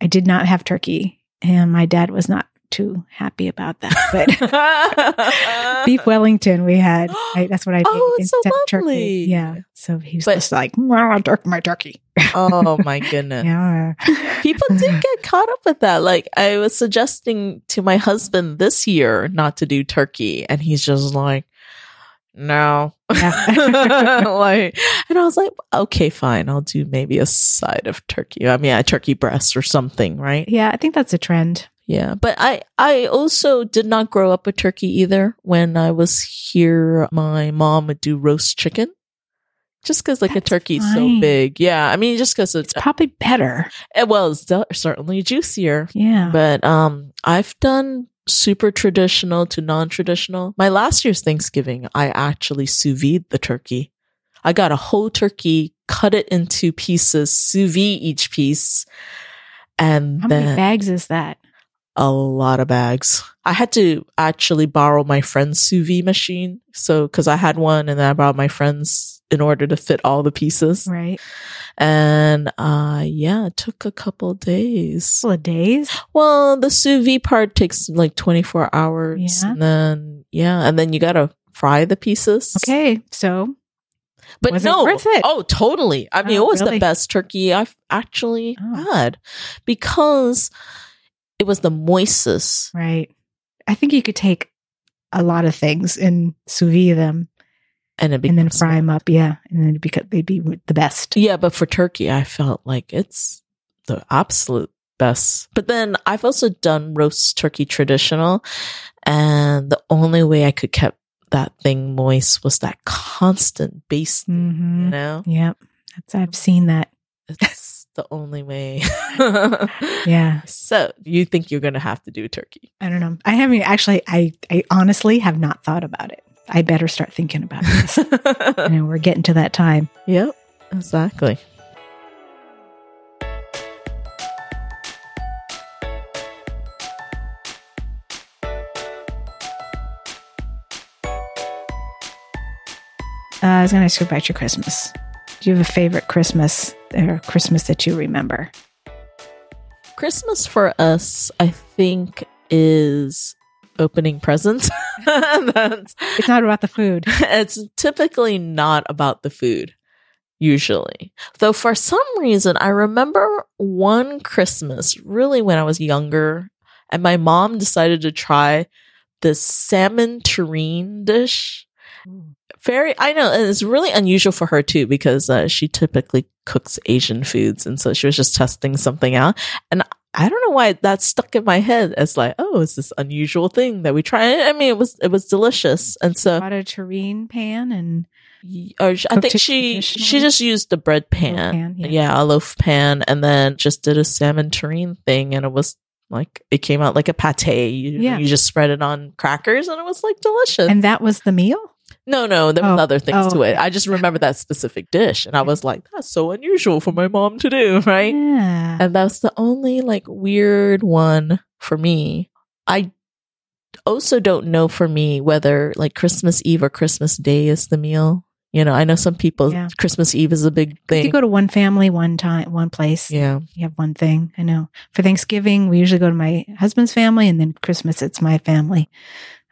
[SPEAKER 1] I did not have turkey. And my dad was not too happy about
[SPEAKER 2] <laughs>
[SPEAKER 1] that. But <laughs> beef Wellington we
[SPEAKER 2] <gasps>
[SPEAKER 1] had. I, that's what I did
[SPEAKER 2] Oh, it's so
[SPEAKER 1] instead of
[SPEAKER 2] lovely.
[SPEAKER 1] turkey. Yeah. So he was
[SPEAKER 2] But-
[SPEAKER 1] just like, "Mwah, turk my turkey.
[SPEAKER 2] <laughs> oh my goodness.
[SPEAKER 1] Yeah.
[SPEAKER 2] <laughs> People do get caught up with that. Like I was suggesting to my husband this year not to do turkey, and he's just like, no.
[SPEAKER 1] <laughs> Yeah. <laughs>
[SPEAKER 2] <laughs> like, and I was like, okay, fine. I'll do maybe a side of turkey. I mean, a turkey breast or something, right?
[SPEAKER 1] yeah, I think that's a trend.
[SPEAKER 2] Yeah, but I I also did not grow up with turkey either. When I was here, my mom would do roast chicken, just because like
[SPEAKER 1] That's
[SPEAKER 2] a turkey's
[SPEAKER 1] fine.
[SPEAKER 2] so big. Yeah, I mean just because it's,
[SPEAKER 1] It's probably better.
[SPEAKER 2] it, well, it's de- certainly juicier.
[SPEAKER 1] Yeah.
[SPEAKER 2] But um, I've done super traditional to non traditional. My last year's Thanksgiving, I actually sous vide the turkey. I got a whole turkey, cut it into pieces, sous vide each piece, and
[SPEAKER 1] How
[SPEAKER 2] then
[SPEAKER 1] many bags is that?
[SPEAKER 2] a lot of bags. I had to actually borrow my friend's sous vide machine. So, cause I had one and then I borrowed my friend's in order to fit all the pieces.
[SPEAKER 1] Right.
[SPEAKER 2] And, uh, yeah, it took a couple days.
[SPEAKER 1] Couple of days.
[SPEAKER 2] Well, the sous vide part takes like 24 hours
[SPEAKER 1] Yeah.
[SPEAKER 2] and then, yeah. And then you gotta fry the pieces.
[SPEAKER 1] Okay. So
[SPEAKER 2] But
[SPEAKER 1] Was it
[SPEAKER 2] no.
[SPEAKER 1] worth it?
[SPEAKER 2] Oh, totally. I mean,
[SPEAKER 1] Oh,
[SPEAKER 2] it was
[SPEAKER 1] really?
[SPEAKER 2] the best turkey I've actually
[SPEAKER 1] Oh.
[SPEAKER 2] had because it was the moistest.
[SPEAKER 1] right. I think you could take a lot of things and sous vide them
[SPEAKER 2] And it
[SPEAKER 1] and then
[SPEAKER 2] becomes
[SPEAKER 1] fry them up. Yeah. And then it'd be, they'd be the best.
[SPEAKER 2] Yeah, but for turkey, I felt like it's the absolute best. But then I've also done roast turkey traditional, and the only way I could keep that thing moist was that constant baste.
[SPEAKER 1] Mm-hmm.
[SPEAKER 2] You <laughs> know,
[SPEAKER 1] Yep. That's, I've seen that.
[SPEAKER 2] it's the only way. <laughs>
[SPEAKER 1] Yeah.
[SPEAKER 2] So you think you're gonna have to do turkey? <laughs>
[SPEAKER 1] I don't know. I haven't actually, I, I honestly have not thought about it. I better start thinking about
[SPEAKER 2] <laughs>
[SPEAKER 1] this. you know, we're getting to that time.
[SPEAKER 2] yep, exactly.
[SPEAKER 1] Uh, I was going to ask you about your Christmas. Do you have a favorite Christmas or Christmas that you remember?
[SPEAKER 2] Christmas for us, I think, is opening presents. <laughs> That's
[SPEAKER 1] It's not about the food.
[SPEAKER 2] it's typically not about the food usually though for some reason i remember one christmas really when i was younger and my mom decided to try this salmon terrine dish very i know and it's really unusual for her too because uh, she typically cooks asian foods and so she was just testing something out and i don't know why that stuck in my head as like oh it's this unusual thing that we try i mean it was it was delicious and so
[SPEAKER 1] Bought a terrine pan and
[SPEAKER 2] Y- or sh- I
[SPEAKER 1] Cooked
[SPEAKER 2] think
[SPEAKER 1] it
[SPEAKER 2] she she
[SPEAKER 1] traditionally?
[SPEAKER 2] just used the bread pan,
[SPEAKER 1] pan, yeah.
[SPEAKER 2] yeah. a loaf pan, and then just did a salmon terrine thing, and it was like it came out like a pate. You,
[SPEAKER 1] Yeah.
[SPEAKER 2] you just spread it on crackers, and it was like delicious.
[SPEAKER 1] and that was the meal.
[SPEAKER 2] no, no, there was
[SPEAKER 1] Oh,
[SPEAKER 2] other things
[SPEAKER 1] oh,
[SPEAKER 2] to it.
[SPEAKER 1] okay.
[SPEAKER 2] I just remember that specific dish, and I was like, that's so unusual for my mom to do, <laughs> right?
[SPEAKER 1] Yeah.
[SPEAKER 2] And that's the only like weird one for me. I also don't know for me whether like Christmas Eve or Christmas Day is the meal. You know, I know some people
[SPEAKER 1] Yeah.
[SPEAKER 2] Christmas Eve is a big
[SPEAKER 1] You
[SPEAKER 2] thing.
[SPEAKER 1] could go to one family, one time, one place.
[SPEAKER 2] yeah.
[SPEAKER 1] You have one thing. I know. For Thanksgiving, we usually go to my husband's family, and then Christmas, it's my family.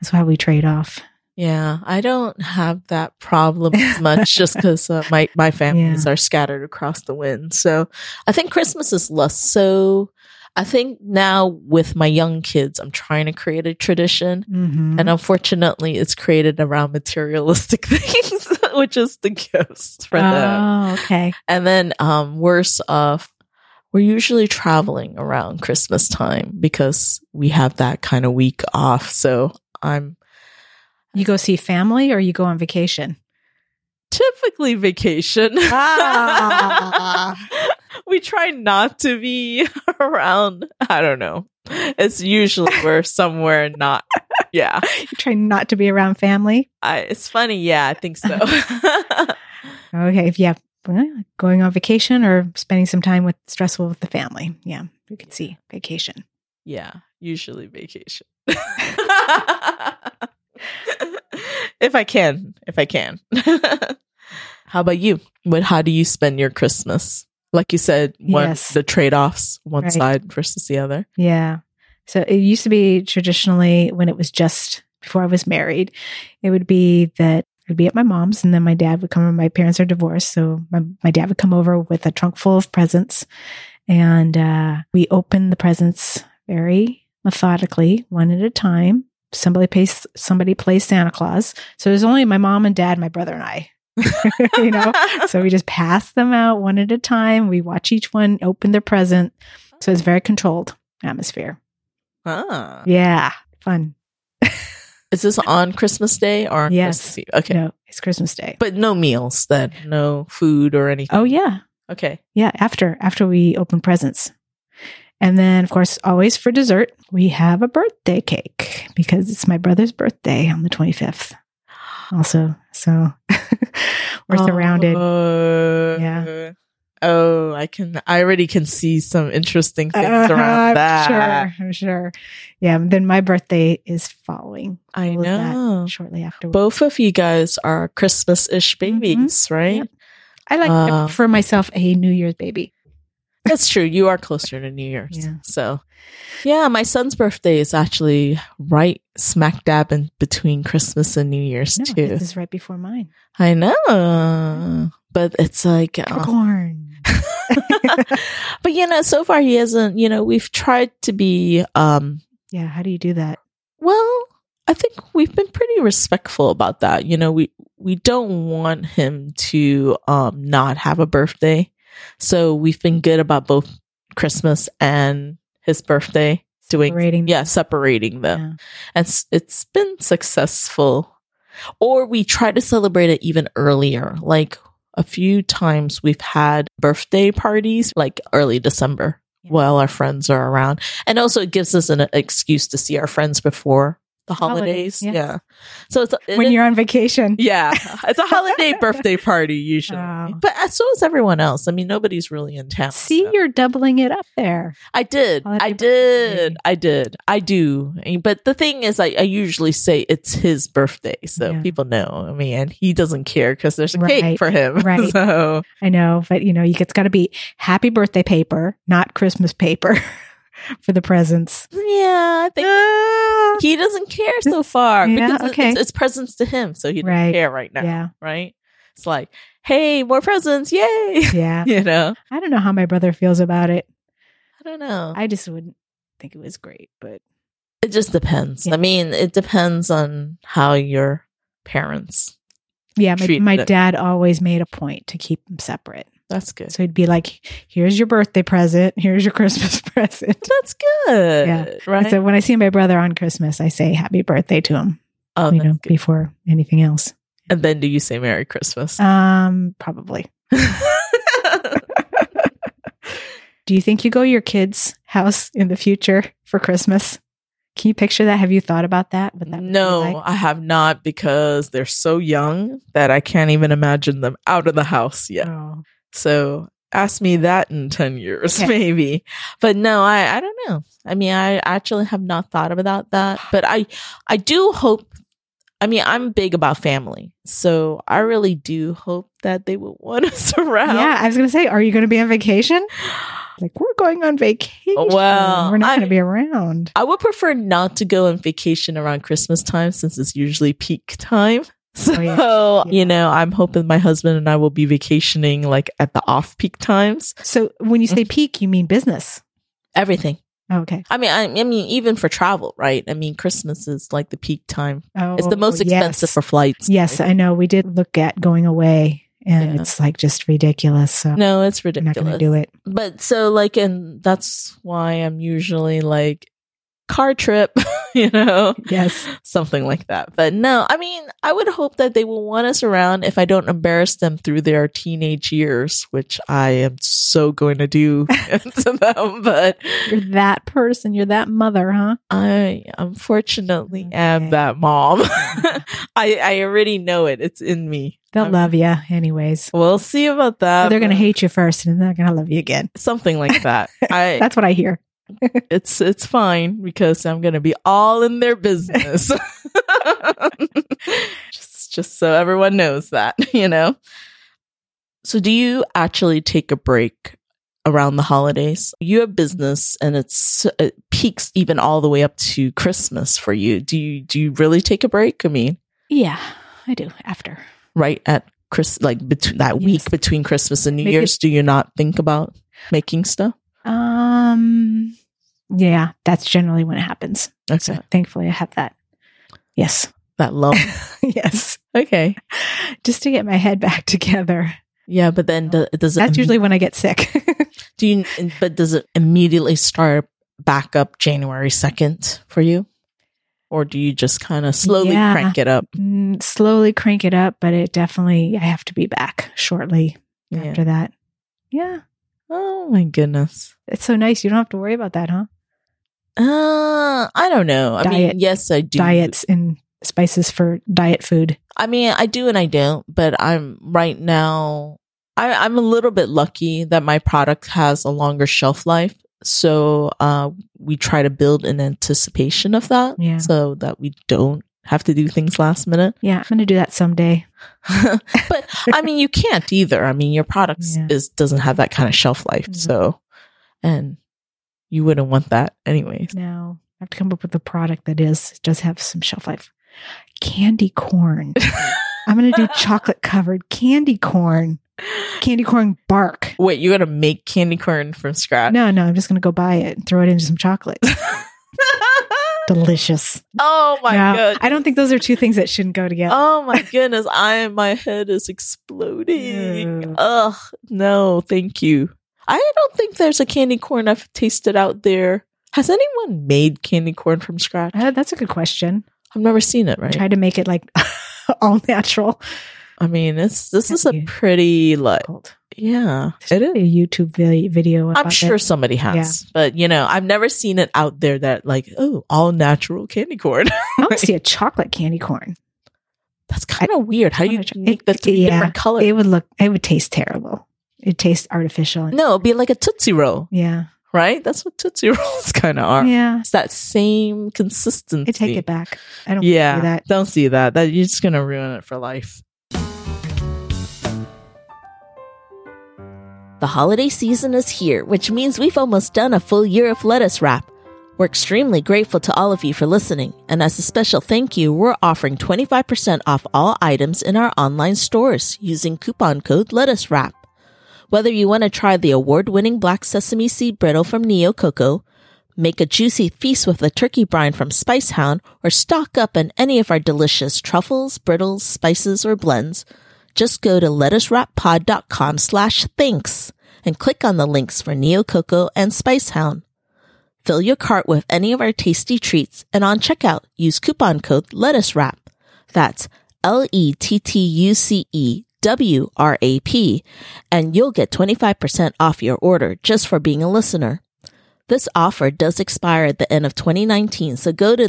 [SPEAKER 1] That's why we trade off.
[SPEAKER 2] Yeah. I don't have that problem as much just because uh, my, my families are scattered across the wind. So I think Christmas is less so. I think now with my young kids, I'm trying to create a tradition
[SPEAKER 1] Mm-hmm.
[SPEAKER 2] And unfortunately, it's created around materialistic <laughs> things, which is the gifts for them.
[SPEAKER 1] Oh, okay.
[SPEAKER 2] And then, um, worse off, we're usually traveling around Christmas time because we have that kind of week off. So I'm <laughs>
[SPEAKER 1] You go see family or you go on vacation?
[SPEAKER 2] typically vacation. <laughs>
[SPEAKER 1] Ah.
[SPEAKER 2] we try not to be <laughs> around. I don't know. It's usually
[SPEAKER 1] <laughs>
[SPEAKER 2] we're somewhere not. Yeah,
[SPEAKER 1] Try not to be around family.
[SPEAKER 2] I, it's funny. Yeah, I think
[SPEAKER 1] <laughs>
[SPEAKER 2] so. <laughs>
[SPEAKER 1] Okay. If, yeah. well, Going on vacation or spending some time with stressful with the family. Yeah. You can see vacation.
[SPEAKER 2] yeah, usually vacation. <laughs> if I can, if I can. <laughs> how about you? What? How do you spend your Christmas? Like you said, one
[SPEAKER 1] Yes.
[SPEAKER 2] the trade offs, one
[SPEAKER 1] Right.
[SPEAKER 2] side versus the other.
[SPEAKER 1] Yeah. So it used to be traditionally when it was just before I was married, it would be that I'd be at my mom's and then my dad would come over. My parents are divorced. So my, my dad would come over with a trunk full of presents and uh, we opened the presents very methodically, one at a time. Somebody plays somebody plays Santa Claus. So there's only my mom and dad, my brother and I. <laughs> you
[SPEAKER 2] <laughs>
[SPEAKER 1] know, so we just pass them out one at a time. We watch each one open their present. So it's very controlled atmosphere.
[SPEAKER 2] Ah.
[SPEAKER 1] Yeah. Fun.
[SPEAKER 2] Is this on Christmas Day or on
[SPEAKER 1] Yes.
[SPEAKER 2] Christmas Eve? Okay.
[SPEAKER 1] No, it's Christmas Day.
[SPEAKER 2] But no meals then, no food or anything.
[SPEAKER 1] oh yeah.
[SPEAKER 2] Okay.
[SPEAKER 1] Yeah. After after we open presents. And then of course, always for dessert, we have a birthday cake because it's my brother's birthday on the twenty fifth. Also. So <laughs> we're surrounded.
[SPEAKER 2] Oh.
[SPEAKER 1] Yeah.
[SPEAKER 2] Oh, I can I already can see some interesting things
[SPEAKER 1] Uh-huh,
[SPEAKER 2] around that.
[SPEAKER 1] Sure, <laughs> I'm sure. Yeah. Then my birthday is following
[SPEAKER 2] I
[SPEAKER 1] All of that.
[SPEAKER 2] know.
[SPEAKER 1] shortly after.
[SPEAKER 2] Both of you guys are Christmas ish babies, right?
[SPEAKER 1] Mm-hmm. Yep. I like
[SPEAKER 2] uh,
[SPEAKER 1] to for myself a New Year's baby.
[SPEAKER 2] <laughs> That's true. You are closer to New Year's.
[SPEAKER 1] Yeah.
[SPEAKER 2] So, yeah, my son's birthday is actually right smack dab in between Christmas and New Year's,
[SPEAKER 1] No,
[SPEAKER 2] too.
[SPEAKER 1] this is right before mine.
[SPEAKER 2] I know. But it's like, uh, <laughs>
[SPEAKER 1] Capricorn.
[SPEAKER 2] but you know, so far he hasn't. You know, we've tried to be. um
[SPEAKER 1] Yeah, how do you do that?
[SPEAKER 2] Well, I think we've been pretty respectful about that. You know, we we don't want him to um not have a birthday, so we've been good about both Christmas and his birthday doing
[SPEAKER 1] Separating them.
[SPEAKER 2] yeah separating them,
[SPEAKER 1] Yeah.
[SPEAKER 2] and s- it's been successful. Or we try to celebrate it even earlier, like. A few times we've had birthday parties like early December while our friends are around. And also, it gives us an uh, excuse to see our friends before the
[SPEAKER 1] Holidays,
[SPEAKER 2] holidays.
[SPEAKER 1] yes.
[SPEAKER 2] Yeah. So it's it
[SPEAKER 1] when
[SPEAKER 2] is-
[SPEAKER 1] you're <laughs> on vacation.
[SPEAKER 2] <laughs> yeah, it's a holiday
[SPEAKER 1] <laughs>
[SPEAKER 2] birthday party usually,
[SPEAKER 1] Wow.
[SPEAKER 2] but as so is everyone else. I mean, nobody's really in town.
[SPEAKER 1] See,
[SPEAKER 2] so.
[SPEAKER 1] you're doubling it up there.
[SPEAKER 2] I did,
[SPEAKER 1] Holiday
[SPEAKER 2] I
[SPEAKER 1] birthday
[SPEAKER 2] did,
[SPEAKER 1] party.
[SPEAKER 2] I did, I do. But the thing is, I, I usually say it's his birthday, so
[SPEAKER 1] Yeah.
[SPEAKER 2] people know. I mean, and he doesn't care because there's a cake
[SPEAKER 1] Right,
[SPEAKER 2] for him. <laughs>
[SPEAKER 1] right.
[SPEAKER 2] So
[SPEAKER 1] I know, but you know, you, it's got to be happy birthday paper, not Christmas paper <laughs> for the presents.
[SPEAKER 2] yeah, I think he doesn't care so far
[SPEAKER 1] Yeah,
[SPEAKER 2] because
[SPEAKER 1] okay.
[SPEAKER 2] it's, it's presents to him, so he doesn't
[SPEAKER 1] Right.
[SPEAKER 2] care right now, <laughs>
[SPEAKER 1] Yeah,
[SPEAKER 2] right? It's like, hey, more presents, yay!
[SPEAKER 1] yeah.
[SPEAKER 2] <laughs> you know,
[SPEAKER 1] I don't know how my brother feels about it.
[SPEAKER 2] I don't know.
[SPEAKER 1] I just wouldn't think it was great, but
[SPEAKER 2] it just depends.
[SPEAKER 1] Yeah.
[SPEAKER 2] I mean, it depends on how your parents.
[SPEAKER 1] yeah, my,
[SPEAKER 2] Treat
[SPEAKER 1] my
[SPEAKER 2] it.
[SPEAKER 1] dad always made a point to keep them separate.
[SPEAKER 2] That's good.
[SPEAKER 1] So he'd be like, "Here's your birthday present. Here's your Christmas <laughs> present."
[SPEAKER 2] That's good,
[SPEAKER 1] Yeah.
[SPEAKER 2] right?
[SPEAKER 1] So when I see my brother on Christmas, I say happy birthday to him,
[SPEAKER 2] oh,
[SPEAKER 1] you
[SPEAKER 2] that's
[SPEAKER 1] know,
[SPEAKER 2] good.
[SPEAKER 1] before anything else.
[SPEAKER 2] And then do you say Merry Christmas? <laughs>
[SPEAKER 1] Um, probably. Do you think you go to your kid's house in the future for Christmas? Can you picture that? Have you thought about that? What that would be
[SPEAKER 2] no,
[SPEAKER 1] like?
[SPEAKER 2] I have not because they're so young that I can't even imagine them out of the house yet.
[SPEAKER 1] Oh.
[SPEAKER 2] So ask me that in 10 years,
[SPEAKER 1] Okay.
[SPEAKER 2] <laughs> maybe. But no, I, I don't know. I mean, I actually have not thought about that, but I, I do hope, I mean, I'm big about family. So I really do hope that they would want <laughs> us around.
[SPEAKER 1] Yeah, I was gonna say, are you gonna be on
[SPEAKER 2] <gasps>
[SPEAKER 1] vacation? Like we're going on vacation.
[SPEAKER 2] Oh, Well,
[SPEAKER 1] we're not
[SPEAKER 2] I-
[SPEAKER 1] gonna be around.
[SPEAKER 2] I would prefer not to go on vacation around Christmas time since it's usually peak time. <laughs> So,
[SPEAKER 1] Oh, yeah. Yeah.
[SPEAKER 2] you know, I'm hoping my husband and I will be vacationing like at the off peak times.
[SPEAKER 1] So when
[SPEAKER 2] Mm-hmm.
[SPEAKER 1] you say peak, you mean business.
[SPEAKER 2] Everything.
[SPEAKER 1] Oh, okay.
[SPEAKER 2] I mean, I, I mean, even for travel, right? I mean, Christmas is like the peak time.
[SPEAKER 1] Oh,
[SPEAKER 2] It's the most expensive
[SPEAKER 1] yes.
[SPEAKER 2] for flights.
[SPEAKER 1] Yes,
[SPEAKER 2] right?
[SPEAKER 1] I know. We did look at going away, and
[SPEAKER 2] Yeah.
[SPEAKER 1] it's like just ridiculous. So
[SPEAKER 2] no, it's
[SPEAKER 1] I'm not gonna
[SPEAKER 2] ridiculous.
[SPEAKER 1] do it.
[SPEAKER 2] But so, like, and that's why I'm usually like car trip, <laughs> you know, <laughs>
[SPEAKER 1] Yes.
[SPEAKER 2] something like that. But no, I mean, I would hope that they will want us around if I don't embarrass them through their teenage years, which I am so going to do <laughs> to them. But
[SPEAKER 1] You're that person. You're that mother, huh?
[SPEAKER 2] I unfortunately
[SPEAKER 1] Okay.
[SPEAKER 2] am that mom. <laughs> I I already know it. It's in me.
[SPEAKER 1] They'll
[SPEAKER 2] I'm-
[SPEAKER 1] love you anyways.
[SPEAKER 2] We'll see about that.
[SPEAKER 1] They're going to
[SPEAKER 2] but
[SPEAKER 1] hate you first and then they're going to love you again.
[SPEAKER 2] something
[SPEAKER 1] <laughs>
[SPEAKER 2] like that. I
[SPEAKER 1] That's what I hear.
[SPEAKER 2] it's it's fine because I'm gonna be all in their
[SPEAKER 1] <laughs>
[SPEAKER 2] business. <laughs> just just so everyone knows that, <laughs> you know. So do you actually take a break around the holidays? You have business and it's it peaks even all the way up to Christmas for you. Do you do you really take a break? I mean,
[SPEAKER 1] Yeah, I do. After.
[SPEAKER 2] right at Chris like between that
[SPEAKER 1] Yes.
[SPEAKER 2] week between Christmas and New
[SPEAKER 1] Maybe-
[SPEAKER 2] Year's, do you not think about making stuff?
[SPEAKER 1] Um, yeah, that's generally when it happens.
[SPEAKER 2] Okay.
[SPEAKER 1] So thankfully I have that. Yes. <laughs>
[SPEAKER 2] That love.
[SPEAKER 1] yes.
[SPEAKER 2] okay.
[SPEAKER 1] Just to get my head back together.
[SPEAKER 2] Yeah, but then do- does it
[SPEAKER 1] That's usually when I get sick. <laughs>
[SPEAKER 2] Do you? But does it immediately start back up January second for you, or do you just kind of slowly
[SPEAKER 1] Yeah.
[SPEAKER 2] crank it up?
[SPEAKER 1] Mm, slowly crank it up, but it definitely, I have to be back shortly
[SPEAKER 2] Yeah.
[SPEAKER 1] after that. Yeah.
[SPEAKER 2] Oh my goodness.
[SPEAKER 1] It's so nice. You don't have to worry about that, huh?
[SPEAKER 2] Uh, I don't know. I
[SPEAKER 1] Diet-
[SPEAKER 2] mean, yes, I do.
[SPEAKER 1] Diets and spices for diet food.
[SPEAKER 2] I mean, I do and I don't, but I'm right now. I, I'm a little bit lucky that my product has a longer shelf life, so uh, we try to build in anticipation of that,
[SPEAKER 1] Yeah.
[SPEAKER 2] so that we don't have to do things last minute.
[SPEAKER 1] Yeah, I'm going to do that someday.
[SPEAKER 2] <laughs> but I mean, you can't either. I mean, your product
[SPEAKER 1] Yeah.
[SPEAKER 2] is doesn't have that kind of shelf life,
[SPEAKER 1] Mhm.
[SPEAKER 2] so and you wouldn't want that anyways.
[SPEAKER 1] No, I have to come up with a product that is does have some shelf life. Candy
[SPEAKER 2] <laughs>
[SPEAKER 1] corn. I'm going to do chocolate covered candy corn. Candy corn bark.
[SPEAKER 2] Wait, you gotta make candy corn from scratch?
[SPEAKER 1] No, no, I'm just going to go buy it and throw it into some chocolate. Delicious.
[SPEAKER 2] <laughs> oh my
[SPEAKER 1] No,
[SPEAKER 2] god!
[SPEAKER 1] I don't think those are two things that shouldn't go together.
[SPEAKER 2] Oh my goodness! I my head is exploding.
[SPEAKER 1] Ew.
[SPEAKER 2] Ugh! No, thank you. I don't think there's a candy corn I've tasted out there. Has anyone made candy corn from scratch?
[SPEAKER 1] Uh, that's a good question.
[SPEAKER 2] I've never seen it. Right?
[SPEAKER 1] Try to make it like <laughs> all natural.
[SPEAKER 2] I mean, it's this is a
[SPEAKER 1] Yeah.
[SPEAKER 2] pretty like
[SPEAKER 1] Cold.
[SPEAKER 2] Yeah, Uh, it
[SPEAKER 1] A
[SPEAKER 2] is.
[SPEAKER 1] YouTube vi- video. About
[SPEAKER 2] I'm sure
[SPEAKER 1] It.
[SPEAKER 2] somebody has, but you know, I've never seen it out there that like, oh, all natural candy corn. <laughs>
[SPEAKER 1] I want to see a chocolate candy corn.
[SPEAKER 2] That's kind of weird. How you
[SPEAKER 1] wanna try-
[SPEAKER 2] make the
[SPEAKER 1] it-
[SPEAKER 2] three
[SPEAKER 1] yeah,
[SPEAKER 2] different colors?
[SPEAKER 1] It would look. It would taste terrible. It tastes artificial. And,
[SPEAKER 2] no, it'd be like a tootsie roll,
[SPEAKER 1] Yeah.
[SPEAKER 2] right? That's what tootsie <laughs> rolls kind of are.
[SPEAKER 1] Yeah.
[SPEAKER 2] It's that same consistency.
[SPEAKER 1] I take it back. I don't
[SPEAKER 2] yeah,
[SPEAKER 1] do that.
[SPEAKER 2] don't see that. That you're just gonna ruin it for life.
[SPEAKER 3] The holiday season is here, which means we've almost done a full year of lettuce wrap. We're extremely grateful to all of you for listening, and as a special thank you, we're offering 25% off all items in our online stores using coupon code lettuce wrap. Whether you want to try the award-winning black sesame seed brittle from Neo Coco, make a juicy feast with a turkey brine from Spice Hound, or stock up on any of our delicious truffles, brittles, spices, or blends, just go to lettucewrappod.com slash thanks and click on the links for Neo Coco and Spice Hound. Fill your cart with any of our tasty treats and on checkout use coupon code lettuce wrap. That's L E T T U C E W R A P and you'll get 25% off your order just for being a listener. This offer does expire at the end of 2019, so go to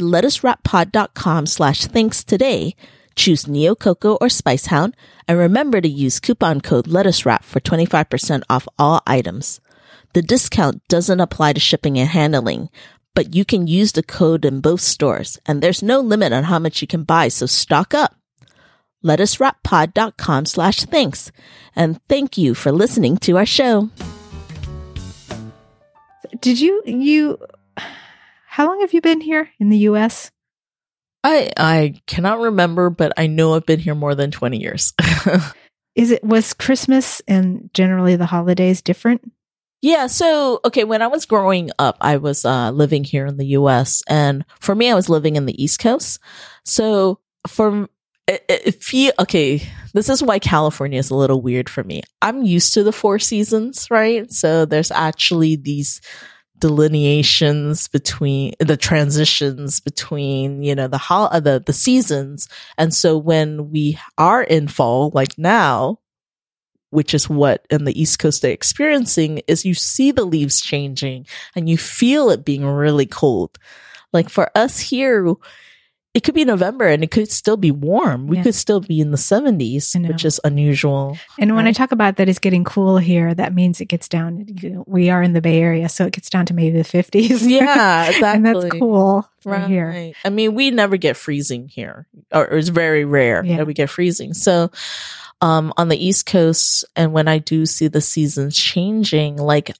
[SPEAKER 3] lettucewrappod.com slash thanks today, choose Neo Coco or Spice Hound, and remember to use coupon code lettucewrap for 25% off all items. The discount doesn't apply to shipping and handling, but you can use the code in both stores, and there's no limit on how much you can buy, so stock up. lettucewrappod.com slash thanks, and thank you for listening to our show.
[SPEAKER 1] Did you you? How long have you been here in the U.S.?
[SPEAKER 2] I I cannot remember, but I know I've been here more than 20 years. <laughs>
[SPEAKER 1] Is it was Christmas and generally the holidays different?
[SPEAKER 2] Yeah, so okay, when I was growing up, I was uh, living here in the U.S., and for me, I was living in the East Coast. So for it, it, it feel okay, this is why California is a little weird for me. I'm used to the four seasons, right? So there's actually these delineations between the transitions between you know the hol- uh, the the seasons and so when we are in fall like now which is what in the east coast they're experiencing is you see the leaves changing and you feel it being really cold like for us here it could be november and it could still be warm we
[SPEAKER 1] Yeah.
[SPEAKER 2] could still be in the
[SPEAKER 1] I
[SPEAKER 2] 70s
[SPEAKER 1] know.
[SPEAKER 2] which is
[SPEAKER 1] <laughs>
[SPEAKER 2] unusual
[SPEAKER 1] And when I
[SPEAKER 2] Right.
[SPEAKER 1] talk about that it's getting cool here, that means it gets down. You know, we are in the Bay Area, so it gets down to maybe the fifties.
[SPEAKER 2] yeah exactly
[SPEAKER 1] and that's cool right here.
[SPEAKER 2] I mean, we never get freezing here, or or it's very rare
[SPEAKER 1] Yeah.
[SPEAKER 2] that we get freezing. So, um, on the East Coast, and when I do see the seasons changing, like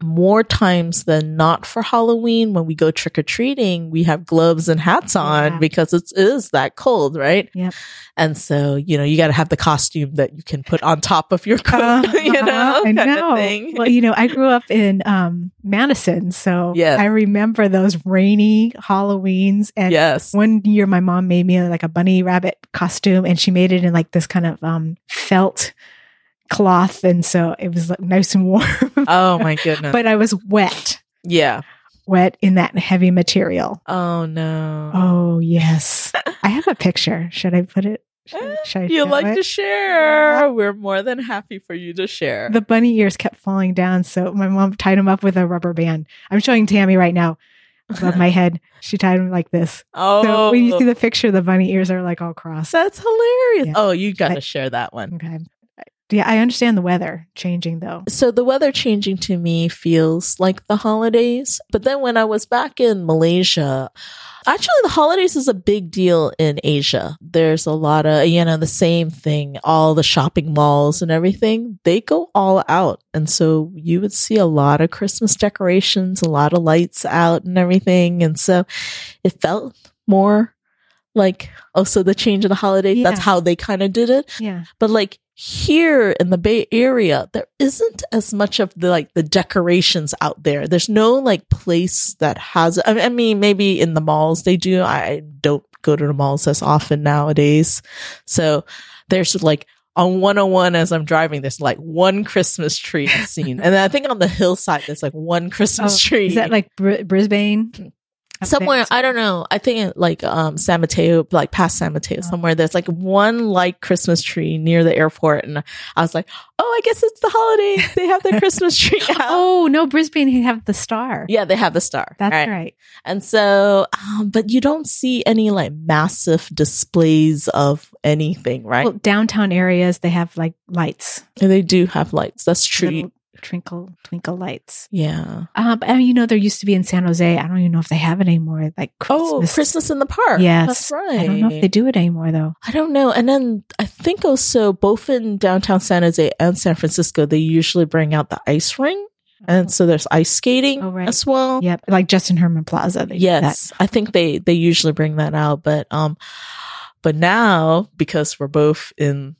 [SPEAKER 2] more times than not for Halloween, when we go trick or treating, we have gloves and hats on
[SPEAKER 1] Yeah.
[SPEAKER 2] because it's, it is that cold, right?
[SPEAKER 1] Yep.
[SPEAKER 2] And so, you know, you got to have the costume that you can put on top of your <laughs> coat, you know,
[SPEAKER 1] Uh-huh,
[SPEAKER 2] kind of thing.
[SPEAKER 1] Well, you know, I grew up in um, Madison, so
[SPEAKER 2] Yes.
[SPEAKER 1] I remember those rainy Halloweens. And
[SPEAKER 2] <laughs> yes.
[SPEAKER 1] one year, my mom made me like a bunny rabbit costume, and she made it in like this kind of um, felt cloth, and so it was like nice and <laughs> warm.
[SPEAKER 2] Oh my
[SPEAKER 1] <laughs>
[SPEAKER 2] goodness.
[SPEAKER 1] but I was wet,
[SPEAKER 2] yeah.
[SPEAKER 1] wet in that heavy material.
[SPEAKER 2] Oh no.
[SPEAKER 1] Oh yes, I have a picture. Should I put it?
[SPEAKER 2] <laughs>
[SPEAKER 1] Should, should I show
[SPEAKER 2] you like
[SPEAKER 1] it?
[SPEAKER 2] to share. We're more than happy for you to share.
[SPEAKER 1] the bunny ears kept falling down, so my mom tied them up with a rubber band. I'm showing Tammy right now above my head. She tied them like this.
[SPEAKER 2] <laughs> oh,
[SPEAKER 1] So when you see the picture, the bunny ears are like all crossed.
[SPEAKER 2] that's hilarious.
[SPEAKER 1] Yeah.
[SPEAKER 2] Oh, you got to
[SPEAKER 1] But-
[SPEAKER 2] share that one.
[SPEAKER 1] Okay. Yeah, I understand the weather changing though.
[SPEAKER 2] So the weather changing to me feels like the holidays. But then when I was back in Malaysia, actually the holidays is a big deal in Asia. There's a lot of, you know, the same thing, all the shopping malls and everything, they go all out. And so you would see a lot of Christmas decorations, a lot of lights out and everything. And so it felt more like also the change of the holiday. That's
[SPEAKER 1] Yeah.
[SPEAKER 2] how they kind of did it
[SPEAKER 1] Yeah.
[SPEAKER 2] but like here in the bay area there isn't as much of the like the decorations out there there's no like place that has i I mean maybe in the malls they do i don't go to the malls as often nowadays so there's like on 101 as i'm driving there's like one christmas tree i've seen and i think on the hillside there's like one christmas
[SPEAKER 1] Oh,
[SPEAKER 2] tree
[SPEAKER 1] Is that like Br- Brisbane? Up
[SPEAKER 2] somewhere
[SPEAKER 1] <laughs> there?
[SPEAKER 2] i don't know i think like um san mateo like past san mateo
[SPEAKER 1] Oh.
[SPEAKER 2] somewhere there's like one like christmas tree near the airport and i was like oh i guess it's the holidays they have
[SPEAKER 1] <laughs>
[SPEAKER 2] their christmas tree out
[SPEAKER 1] Oh no, Brisbane they have the star.
[SPEAKER 2] yeah they have the star
[SPEAKER 1] That's
[SPEAKER 2] All
[SPEAKER 1] right.
[SPEAKER 2] and so um but you don't see any like massive displays of anything right
[SPEAKER 1] Well, downtown areas they have like lights,
[SPEAKER 2] And they do have lights that's true
[SPEAKER 1] little twinkle twinkle lights.
[SPEAKER 2] yeah
[SPEAKER 1] Um, and you know there used to be in San Jose. I don't even know if they have it anymore. Like
[SPEAKER 2] oh
[SPEAKER 1] Christmas
[SPEAKER 2] christmas in the park
[SPEAKER 1] Yes.
[SPEAKER 2] that's right
[SPEAKER 1] I don't know if they do it anymore though.
[SPEAKER 2] I don't know. And then I think also both in downtown San Jose and San Francisco, they usually bring out the ice ring. And so there's ice skating
[SPEAKER 1] Oh, right.
[SPEAKER 2] as well.
[SPEAKER 1] yep, like Justin Herman Plaza. they do
[SPEAKER 2] Yes. I think they, they usually bring that out. But, um, but now because we're both in,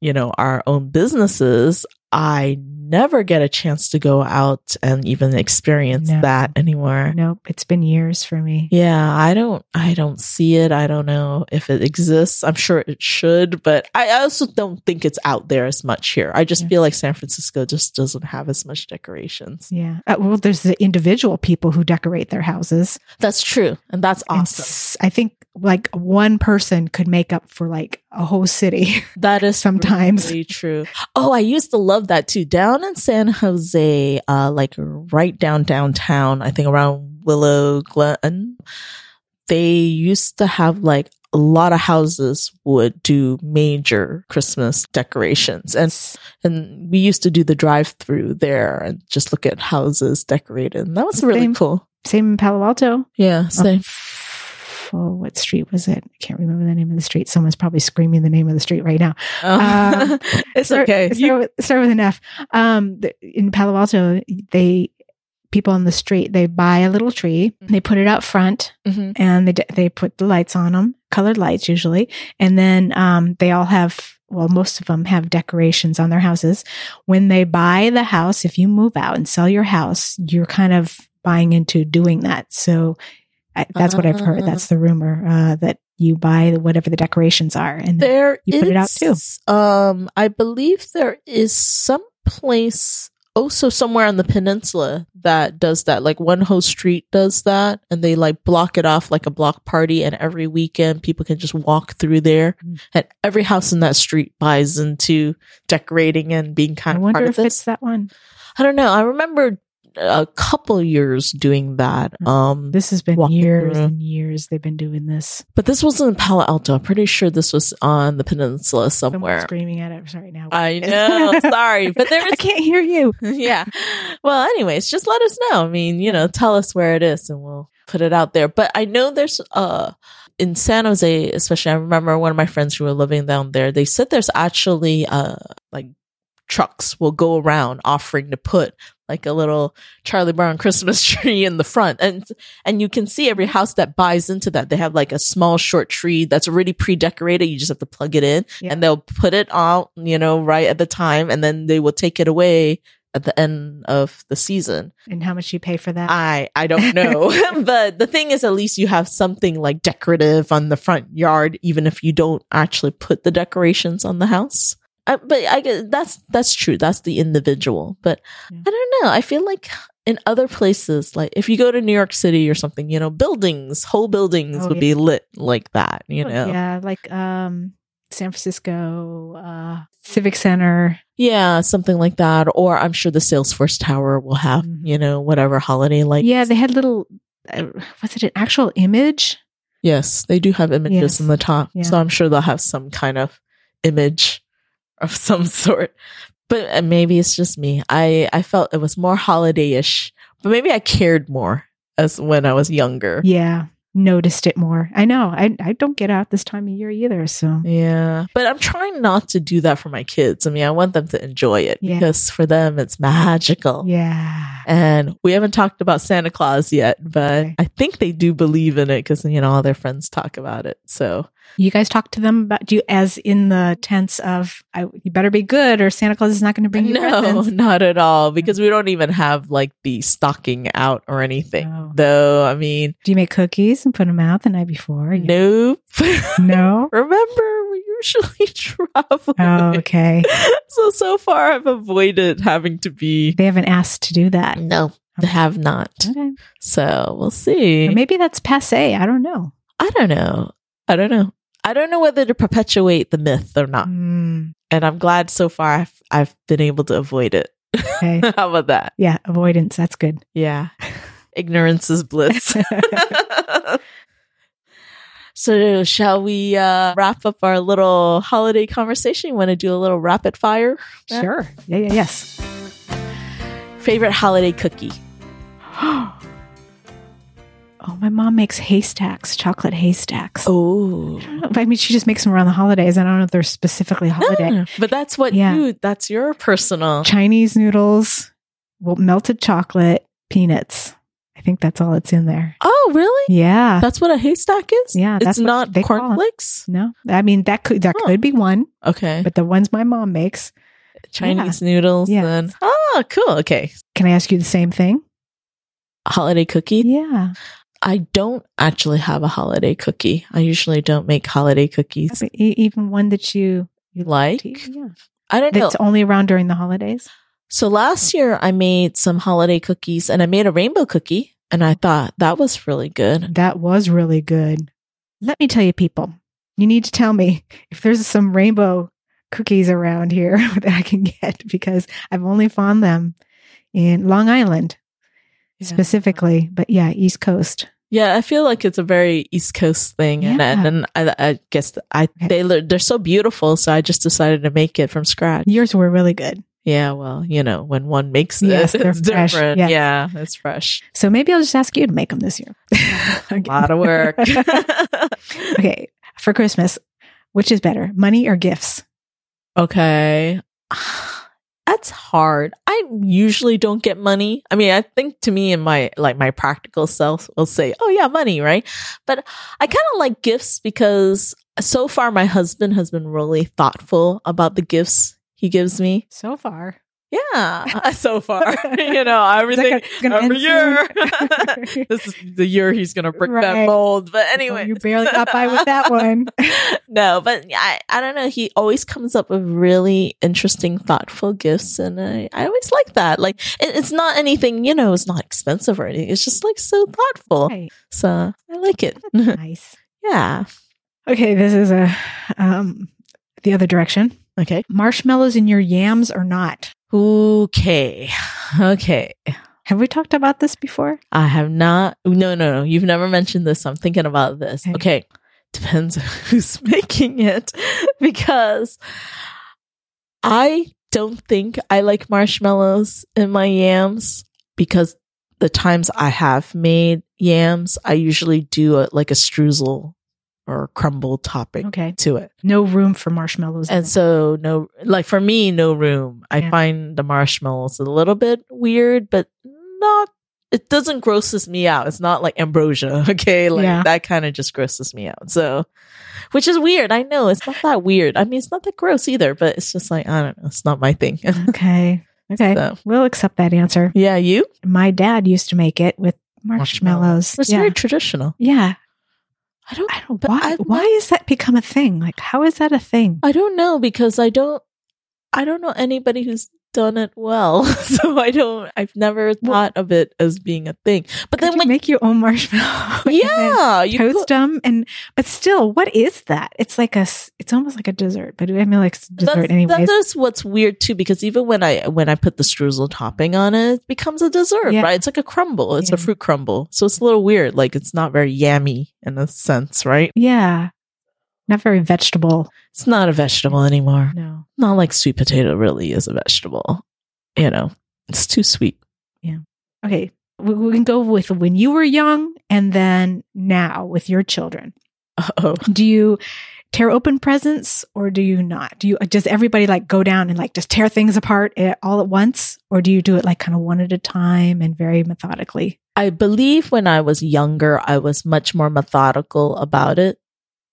[SPEAKER 2] you know, our own businesses, I never get a chance to go out and even experience
[SPEAKER 1] No.
[SPEAKER 2] that anymore.
[SPEAKER 1] that. Nope, it's been years for me.
[SPEAKER 2] Yeah, I don't I don't see it. I don't know if it exists. I'm sure it should, but I also don't think it's out there as much here. I just
[SPEAKER 1] Yeah.
[SPEAKER 2] feel like San Francisco just doesn't have as much decorations.
[SPEAKER 1] Yeah. Uh, well, there's the individual people who decorate their houses.
[SPEAKER 2] That's true. And that's
[SPEAKER 1] And
[SPEAKER 2] awesome.
[SPEAKER 1] s- I think like one person could make up for like a whole city. <laughs>
[SPEAKER 2] That is
[SPEAKER 1] Sometimes.
[SPEAKER 2] really true. Oh, I used to love that too. Down in San Jose, uh like right down downtown, I think around Willow Glen, they used to have like a lot of houses would do major Christmas decorations. And and we used to do the drive through there and just look at houses decorated and that was really
[SPEAKER 1] Same.
[SPEAKER 2] cool
[SPEAKER 1] Same in Palo Alto.
[SPEAKER 2] yeah same
[SPEAKER 1] Oh, what street was it? I can't remember the name of the street. Someone's probably screaming the name of the street right now.
[SPEAKER 2] <laughs> Um,
[SPEAKER 1] um,
[SPEAKER 2] it's
[SPEAKER 1] start,
[SPEAKER 2] okay
[SPEAKER 1] Start,
[SPEAKER 2] You-
[SPEAKER 1] with, start with an F. Um, the, in Palo Alto, they people on the street they buy a little tree,
[SPEAKER 2] Mm-hmm.
[SPEAKER 1] they put it out front,
[SPEAKER 2] Mhm.
[SPEAKER 1] and they d- they put the lights on them, colored lights usually, and then um, they all have. Well, most of them have decorations on their houses. When they buy the house, if you move out and sell your house, you're kind of buying into doing that. So I, that's what I've heard. That's
[SPEAKER 2] Ah.
[SPEAKER 1] the rumor uh, that you buy whatever the decorations are, and then
[SPEAKER 2] there
[SPEAKER 1] You put it out
[SPEAKER 2] is, um i believe there is some place also somewhere on the peninsula that does that. Like one whole street does that and they like block it off like a block party and every weekend people can just walk through there
[SPEAKER 1] Mm.
[SPEAKER 2] and every house in that street buys into decorating and being kind
[SPEAKER 1] I
[SPEAKER 2] of
[SPEAKER 1] wonder
[SPEAKER 2] part
[SPEAKER 1] if
[SPEAKER 2] of this.
[SPEAKER 1] it's that one.
[SPEAKER 2] I don't know. I remember a couple years doing that.
[SPEAKER 1] Mhm.
[SPEAKER 2] Um
[SPEAKER 1] This has been
[SPEAKER 2] Walk it
[SPEAKER 1] years
[SPEAKER 2] through.
[SPEAKER 1] and years they've been doing this.
[SPEAKER 2] but this wasn't in Palo Alto. I'm pretty sure this was on the peninsula
[SPEAKER 1] Someone's
[SPEAKER 2] somewhere.
[SPEAKER 1] screaming at us right now.
[SPEAKER 2] I know. Sorry, but
[SPEAKER 1] <laughs>
[SPEAKER 2] there
[SPEAKER 1] I
[SPEAKER 2] was
[SPEAKER 1] can't hear you.
[SPEAKER 2] <laughs> yeah. Well, anyways, just let us know. I mean, you know, tell us where it is and we'll put it out there. But I know there's uh in San Jose, especially I remember one of my friends who were living down there, they said there's actually uh like trucks will go around offering to put like a little Charlie Brown <laughs> Christmas tree in the front. And and you can see every house that buys into that. They have like a small short tree that's already pre-decorated. You just have to plug it in
[SPEAKER 1] Yeah.
[SPEAKER 2] and they'll put it out, you know, right at the time and then they will take it away at the end of the season.
[SPEAKER 1] And how much you pay for that?
[SPEAKER 2] I
[SPEAKER 1] <laughs>
[SPEAKER 2] I don't know. <laughs> but the thing is at least you have something like decorative on the front yard even if you don't actually put the decorations on the house. I, but I guess that's that's true. That's the individual. But
[SPEAKER 1] Yeah.
[SPEAKER 2] I don't know. I feel like in other places like if you go to New York City or something, you know, buildings, whole buildings
[SPEAKER 1] Oh,
[SPEAKER 2] would
[SPEAKER 1] yeah. Oh,
[SPEAKER 2] be lit like that, you know.
[SPEAKER 1] Yeah, like um San Francisco uh Civic Center.
[SPEAKER 2] Yeah, something like that. Or I'm sure the Salesforce Tower will have,
[SPEAKER 1] Mhm.
[SPEAKER 2] you know, whatever holiday like.
[SPEAKER 1] yeah, they had little uh, was it an actual image?
[SPEAKER 2] Yes, they do have images
[SPEAKER 1] Yes.
[SPEAKER 2] in the top.
[SPEAKER 1] Yeah.
[SPEAKER 2] So I'm sure they'll have some kind of image of <laughs> some sort. But uh, maybe it's just me. I, I felt it was more holiday ish, but maybe I cared more as when I was younger.
[SPEAKER 1] Yeah, noticed it more. I know. I I don't get out this time of year either, so
[SPEAKER 2] Yeah. But I'm trying not to do that for my kids. I mean, I want them to enjoy it
[SPEAKER 1] Yeah.
[SPEAKER 2] because for them, it's magical.
[SPEAKER 1] yeah.
[SPEAKER 2] And we haven't talked about Santa Claus yet, but
[SPEAKER 1] Okay.
[SPEAKER 2] I think they do believe in it because, you know, all their friends talk about it. So,
[SPEAKER 1] You guys talk to them about do you as in the tense of I, you better be good or Santa Claus is not going to <laughs> bring you
[SPEAKER 2] no,
[SPEAKER 1] presents.
[SPEAKER 2] <laughs> not at all because we don't even have like the stocking out or anything.
[SPEAKER 1] No.
[SPEAKER 2] Though, I mean,
[SPEAKER 1] Do you make cookies and put them out the night before? You-
[SPEAKER 2] nope.
[SPEAKER 1] <laughs>
[SPEAKER 2] <laughs>
[SPEAKER 1] No.
[SPEAKER 2] Remember, we usually <laughs> travel.
[SPEAKER 1] Oh, okay.
[SPEAKER 2] <laughs> So, so far, I've avoided having to be.
[SPEAKER 1] They haven't asked to do that.
[SPEAKER 2] No, I have not.
[SPEAKER 1] Okay.
[SPEAKER 2] So, we'll see.
[SPEAKER 1] Or maybe that's passe. I don't know.
[SPEAKER 2] I don't know. I don't know. I don't know whether to perpetuate the myth or not.
[SPEAKER 1] Mm,
[SPEAKER 2] and I'm glad so far I've, I've been able to avoid it. <laughs>
[SPEAKER 1] okay.
[SPEAKER 2] How about that?
[SPEAKER 1] yeah, avoidance. That's good. <laughs>
[SPEAKER 2] Yeah. <laughs> Ignorance is bliss. <laughs> so, shall we uh, wrap up our little holiday conversation? You want to do a little rapid fire? Yeah.
[SPEAKER 1] Sure. Yeah, yeah, yes. <gasps>
[SPEAKER 2] Favorite holiday cookie?
[SPEAKER 1] oh, my mom makes haystacks, chocolate haystacks.
[SPEAKER 2] Oh.
[SPEAKER 1] I don't know. I mean, she just makes them around the holidays. I don't know if they're specifically holiday.
[SPEAKER 2] But that's what
[SPEAKER 1] Yeah.
[SPEAKER 2] you, that's your personal.
[SPEAKER 1] Chinese noodles, well, melted chocolate, peanuts. I think that's all it's in there.
[SPEAKER 2] Oh, really?
[SPEAKER 1] Yeah.
[SPEAKER 2] That's what a haystack is?
[SPEAKER 1] Yeah,
[SPEAKER 2] It's
[SPEAKER 1] that's what
[SPEAKER 2] not
[SPEAKER 1] they call 'em.
[SPEAKER 2] cornflakes?
[SPEAKER 1] No, I mean that could that
[SPEAKER 2] Huh. Eh.
[SPEAKER 1] could be one,
[SPEAKER 2] Okay.
[SPEAKER 1] but the ones my mom makes.
[SPEAKER 2] Chinese noodles
[SPEAKER 1] Yeah.
[SPEAKER 2] and. Oh, cool. Okay.
[SPEAKER 1] Can I ask you the same thing?
[SPEAKER 2] Holiday cookie?
[SPEAKER 1] Yeah,
[SPEAKER 2] I don't actually have a holiday cookie. I usually don't make holiday cookies.
[SPEAKER 1] E- even one that you
[SPEAKER 2] You like?
[SPEAKER 1] to- yeah.
[SPEAKER 2] I don't know.
[SPEAKER 1] that's only around during the holidays.
[SPEAKER 2] So last year I made some holiday cookies and I made a rainbow cookie and I thought that was really good.
[SPEAKER 1] That was really good. Let me tell you, people, you need to tell me <laughs> if there's some rainbow cookies around here <laughs> that I can get because I've only found them in Long Island
[SPEAKER 2] Yeah.
[SPEAKER 1] specifically, but yeah, East Coast.
[SPEAKER 2] Yeah, I feel like it's a very East Coast thing, and and, and I, I guess I
[SPEAKER 1] Okay.
[SPEAKER 2] they look- they're so beautiful, so I just decided to make it from scratch.
[SPEAKER 1] Yours were really good.
[SPEAKER 2] Yeah, well, you know, when one makes it, <laughs>
[SPEAKER 1] Yes, they're
[SPEAKER 2] it's
[SPEAKER 1] fresh.
[SPEAKER 2] different.
[SPEAKER 1] Yes.
[SPEAKER 2] Yeah, it's fresh.
[SPEAKER 1] So maybe I'll just ask you to make them this year. <laughs>
[SPEAKER 2] A lot of work. <laughs>
[SPEAKER 1] okay. For Christmas, which is better, money or gifts?
[SPEAKER 2] Okay. <sighs> That's hard. I usually don't get money. I mean, I think to me and my like my practical self will say, "Oh yeah, money, right?" But I kind of like gifts because so far my husband has been really thoughtful about the gifts he gives me.
[SPEAKER 1] So far.
[SPEAKER 2] Yeah, <laughs>
[SPEAKER 1] <laughs>
[SPEAKER 2] so far, you know, everything
[SPEAKER 1] Is that gonna
[SPEAKER 2] every year.
[SPEAKER 1] end <laughs> soon?
[SPEAKER 2] this is the year he's gonna break that
[SPEAKER 1] Right.
[SPEAKER 2] mold. But
[SPEAKER 1] Well,
[SPEAKER 2] anyway,
[SPEAKER 1] you barely got by with <laughs>
[SPEAKER 2] <laughs>
[SPEAKER 1] that one.
[SPEAKER 2] no, but I, I don't know. He always comes up with really interesting, thoughtful gifts, and I, I always like that. Like it, it's not anything, you know, it's not expensive or anything. It's just like so
[SPEAKER 1] <laughs>
[SPEAKER 2] thoughtful.
[SPEAKER 1] Right.
[SPEAKER 2] So I like it. <laughs>
[SPEAKER 1] Nice.
[SPEAKER 2] yeah.
[SPEAKER 1] Okay, this is a um, the other direction.
[SPEAKER 2] Okay.
[SPEAKER 1] Marshmallows in your yams or not?
[SPEAKER 2] Okay. Okay.
[SPEAKER 1] Have we talked about this before?
[SPEAKER 2] I have not. No, no, no. You've never mentioned this. I'm thinking about this.
[SPEAKER 1] Okay.
[SPEAKER 2] Okay. Depends <laughs> who's making it because I don't think I like marshmallows in my yams because the times I have made yams, I usually do a, like a streusel or crumble topping
[SPEAKER 1] Okay,
[SPEAKER 2] to it.
[SPEAKER 1] no room for marshmallows.
[SPEAKER 2] And so no like for me no room. I
[SPEAKER 1] Yeah.
[SPEAKER 2] find the marshmallows a little bit weird but not it doesn't grosses me out. It's not like ambrosia, <laughs> okay? Like
[SPEAKER 1] Yeah.
[SPEAKER 2] that kind of just grosses me out. So which is weird. I know it's not that weird. I mean it's not that gross either, but it's just like I don't know, it's not my thing. <laughs>
[SPEAKER 1] <laughs> okay, okay,
[SPEAKER 2] So,
[SPEAKER 1] we'll accept that answer.
[SPEAKER 2] yeah, you?
[SPEAKER 1] My dad used to make it with
[SPEAKER 2] Marshmallows.
[SPEAKER 1] marshmallows.
[SPEAKER 2] It's
[SPEAKER 1] yeah.
[SPEAKER 2] very traditional.
[SPEAKER 1] yeah.
[SPEAKER 2] I don't
[SPEAKER 1] I don't.
[SPEAKER 2] But
[SPEAKER 1] why?
[SPEAKER 2] I-
[SPEAKER 1] why has that become a thing? Like, how is that a thing?
[SPEAKER 2] I don't know because I don't I don't know anybody who's done it well. <laughs> So I don't I've never thought of it as being a thing. But
[SPEAKER 1] Could
[SPEAKER 2] then
[SPEAKER 1] you
[SPEAKER 2] when
[SPEAKER 1] make your own marshmallow. <laughs> and then
[SPEAKER 2] yeah, you
[SPEAKER 1] Toast
[SPEAKER 2] put-
[SPEAKER 1] them, and but still, what is that? It's like a, s- it's almost like a dessert, but I mean, like it's dessert
[SPEAKER 2] that's,
[SPEAKER 1] anyways.
[SPEAKER 2] that is what's weird too, because even when I when I put the streusel topping on it, it becomes a dessert,
[SPEAKER 1] Yeah.
[SPEAKER 2] right? It's like a crumble. It's a
[SPEAKER 1] Yeah.
[SPEAKER 2] fruit crumble, so it's a little weird. Like it's not very yummy in a sense, right?
[SPEAKER 1] Yeah, not very vegetable.
[SPEAKER 2] It's not a vegetable anymore.
[SPEAKER 1] No,
[SPEAKER 2] Not like sweet potato really is a vegetable. You know, it's too sweet. <laughs>
[SPEAKER 1] okay. We, we can go with when you were young, and then now with your children.
[SPEAKER 2] Oh,
[SPEAKER 1] Do you tear open presents or do you not? Do you does everybody like go down and like just tear things apart eh, all at once, or do you do it like kind of one at a time and very methodically?
[SPEAKER 2] I believe when I was younger, I was much more methodical about it.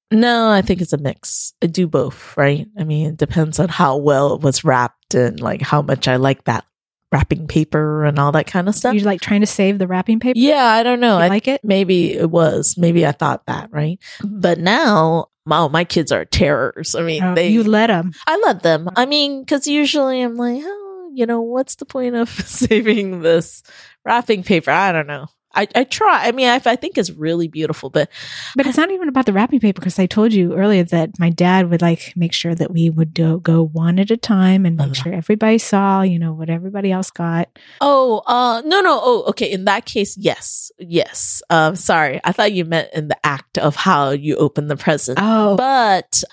[SPEAKER 2] No, I think it's a mix. I do both, right? I mean, it depends on how well it was wrapped and like how much I like that wrapping paper and all that kind of stuff.
[SPEAKER 1] You're like trying to save the wrapping paper.
[SPEAKER 2] Yeah, I don't know.
[SPEAKER 1] You
[SPEAKER 2] I
[SPEAKER 1] like it?
[SPEAKER 2] maybe it was. Maybe I thought that, right? But now, wow, my kids are terrors. I mean,
[SPEAKER 1] Mm-hmm. Oh,
[SPEAKER 2] they
[SPEAKER 1] you let them.
[SPEAKER 2] I let them. I mean, because usually I'm like, oh, you know, what's the point of <laughs> saving this wrapping paper? I don't know. I, I try. I mean, I, I think it's really beautiful, but
[SPEAKER 1] But it's not even about the wrapping paper because I told you earlier that my dad would like make sure that we would do, go one at a time and
[SPEAKER 2] Uh-huh.
[SPEAKER 1] make sure everybody saw, you know, what everybody else got.
[SPEAKER 2] oh, uh, no, no. Oh, okay. In that case, yes, yes. Um, sorry, I thought you meant in the act of how you open the present.
[SPEAKER 1] Oh,
[SPEAKER 2] But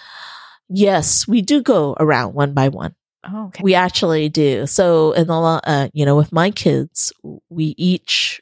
[SPEAKER 2] yes, we do go around one by one.
[SPEAKER 1] oh okay.
[SPEAKER 2] We actually do. So in the lo- uh, you know, with my kids, we each.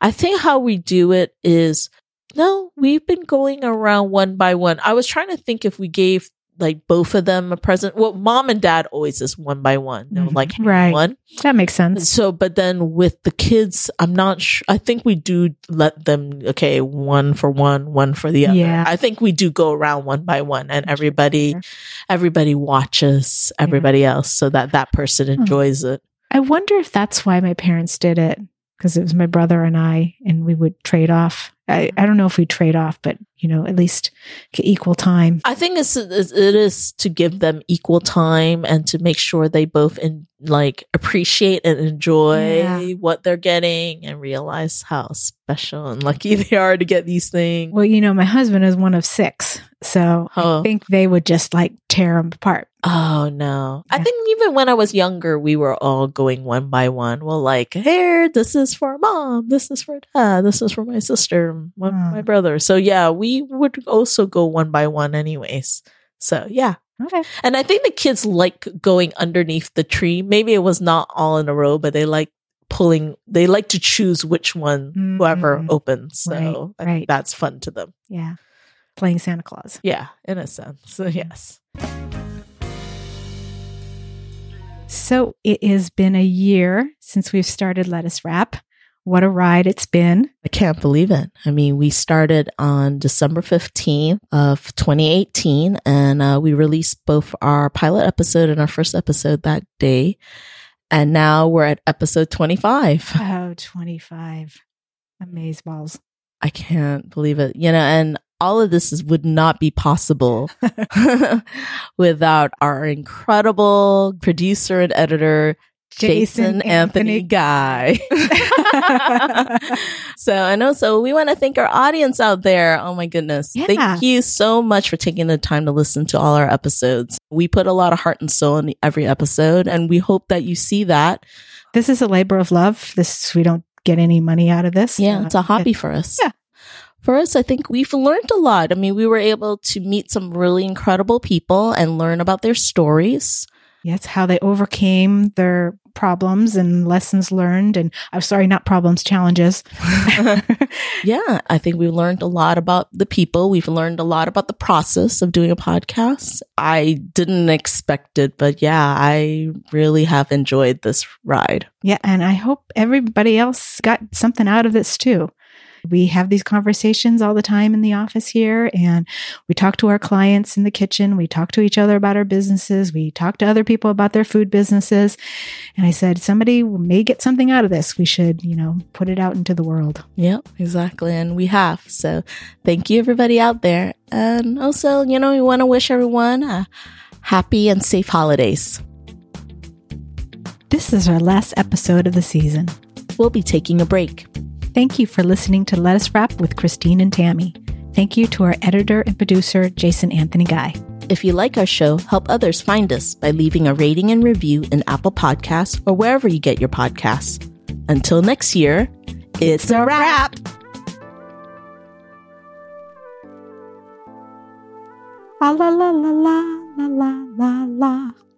[SPEAKER 2] I think how we do it is no, we've been going around one by one. I was trying to think if we gave like both of them a present. Well, mom and dad always is one by one, They'll,
[SPEAKER 1] Mhm.
[SPEAKER 2] like
[SPEAKER 1] Right.
[SPEAKER 2] one.
[SPEAKER 1] that makes sense.
[SPEAKER 2] So, but then with the kids, I'm not sure. I think we do let them, okay, one for one, one for the other.
[SPEAKER 1] Yeah.
[SPEAKER 2] I think we do go around one by one and everybody,
[SPEAKER 1] fair.
[SPEAKER 2] everybody watches
[SPEAKER 1] Yeah. Hmm.
[SPEAKER 2] everybody else so that that person enjoys it.
[SPEAKER 1] I wonder if that's why my parents did it because it was my brother and I, and we would trade off. I, I don't know if we trade off, but you know, at least get equal time.
[SPEAKER 2] I think it's, it's it is to give them equal time and to make sure they both in, like appreciate and enjoy
[SPEAKER 1] Yeah.
[SPEAKER 2] what they're getting and realize how special and lucky <laughs> they are to get these things.
[SPEAKER 1] Well, you know, my husband is one of six, so
[SPEAKER 2] Oh.
[SPEAKER 1] I think they would just like tear them apart.
[SPEAKER 2] Oh no. I
[SPEAKER 1] Yeah.
[SPEAKER 2] think even when I was younger, we were all going one by one. Well, like, here, this is for mom, this is for dad, this is for my sister, my,
[SPEAKER 1] Hmm.
[SPEAKER 2] my brother. So yeah, we would also go one by one anyways. So yeah.
[SPEAKER 1] Okay.
[SPEAKER 2] And I think the kids like going underneath the tree. Maybe it was not all in a row, but they like pulling they like to choose which one whoever
[SPEAKER 1] Mm,
[SPEAKER 2] opens. So I
[SPEAKER 1] right,
[SPEAKER 2] think
[SPEAKER 1] right.
[SPEAKER 2] that's fun to them.
[SPEAKER 1] Yeah. Playing Santa Claus.
[SPEAKER 2] Yeah, in a sense. <laughs>
[SPEAKER 1] Mm-hmm.
[SPEAKER 2] Yes.
[SPEAKER 1] So it has been a year since we've started Lettuce Wrap. What a ride it's
[SPEAKER 2] <sighs>
[SPEAKER 1] been.
[SPEAKER 2] I can't believe it. I mean, we started on December 15th of 2018 and uh, we released both our pilot episode and our first episode that day. And now we're at episode 25.
[SPEAKER 1] Oh, 25. Amaze balls.
[SPEAKER 2] I can't believe it. You know, and all of this is, would not be possible <laughs> without our incredible producer and editor, Jason, Anthony, Guy. <laughs> so, and also, we want to thank our audience out there. Oh my goodness.
[SPEAKER 1] Yeah.
[SPEAKER 2] Thank you so much for taking the time to listen to all our episodes. We put a lot of heart and soul in every episode, and we hope that you see that.
[SPEAKER 1] this is a labor of love. This we don't get any money out of this.
[SPEAKER 2] Yeah,
[SPEAKER 1] Uh,
[SPEAKER 2] it's a hobby for us.
[SPEAKER 1] Yeah.
[SPEAKER 2] For us, I think we've learned a lot. I mean, we were able to meet some really incredible people and learn about their <laughs> stories.
[SPEAKER 1] Yeah, it's how they overcame their problems and lessons learned. And I'm sorry, not problems,
[SPEAKER 2] <laughs>
[SPEAKER 1] challenges. <laughs>
[SPEAKER 2] Yeah, I think we've learned a lot about the people. We've learned a lot about the process of doing a podcast. I didn't expect it, but yeah, I really have enjoyed this ride.
[SPEAKER 1] yeah. And I hope everybody else got something out of this too. We have these conversations all the time in the office here, and we talk to our clients in the kitchen. We talk to each other about our businesses. We talk to other people about their food businesses. And I said, somebody may get something out of this. We should, you know, put it out into the world.
[SPEAKER 2] Yep, exactly. And we have. So thank you, everybody out there. And also, you know, we want to wish everyone a happy and safe holidays.
[SPEAKER 1] This is our last episode of the season.
[SPEAKER 2] We'll be taking a break.
[SPEAKER 1] Thank you for listening to Let Us Wrap with Christine and Tammy. Thank you to our editor and producer, Jason Anthony Guy.
[SPEAKER 2] If you like our show, help others find us by leaving a rating and review in Apple Podcasts or wherever you get your podcasts. Until next year, it's a wrap.
[SPEAKER 1] La la la la la la la la la.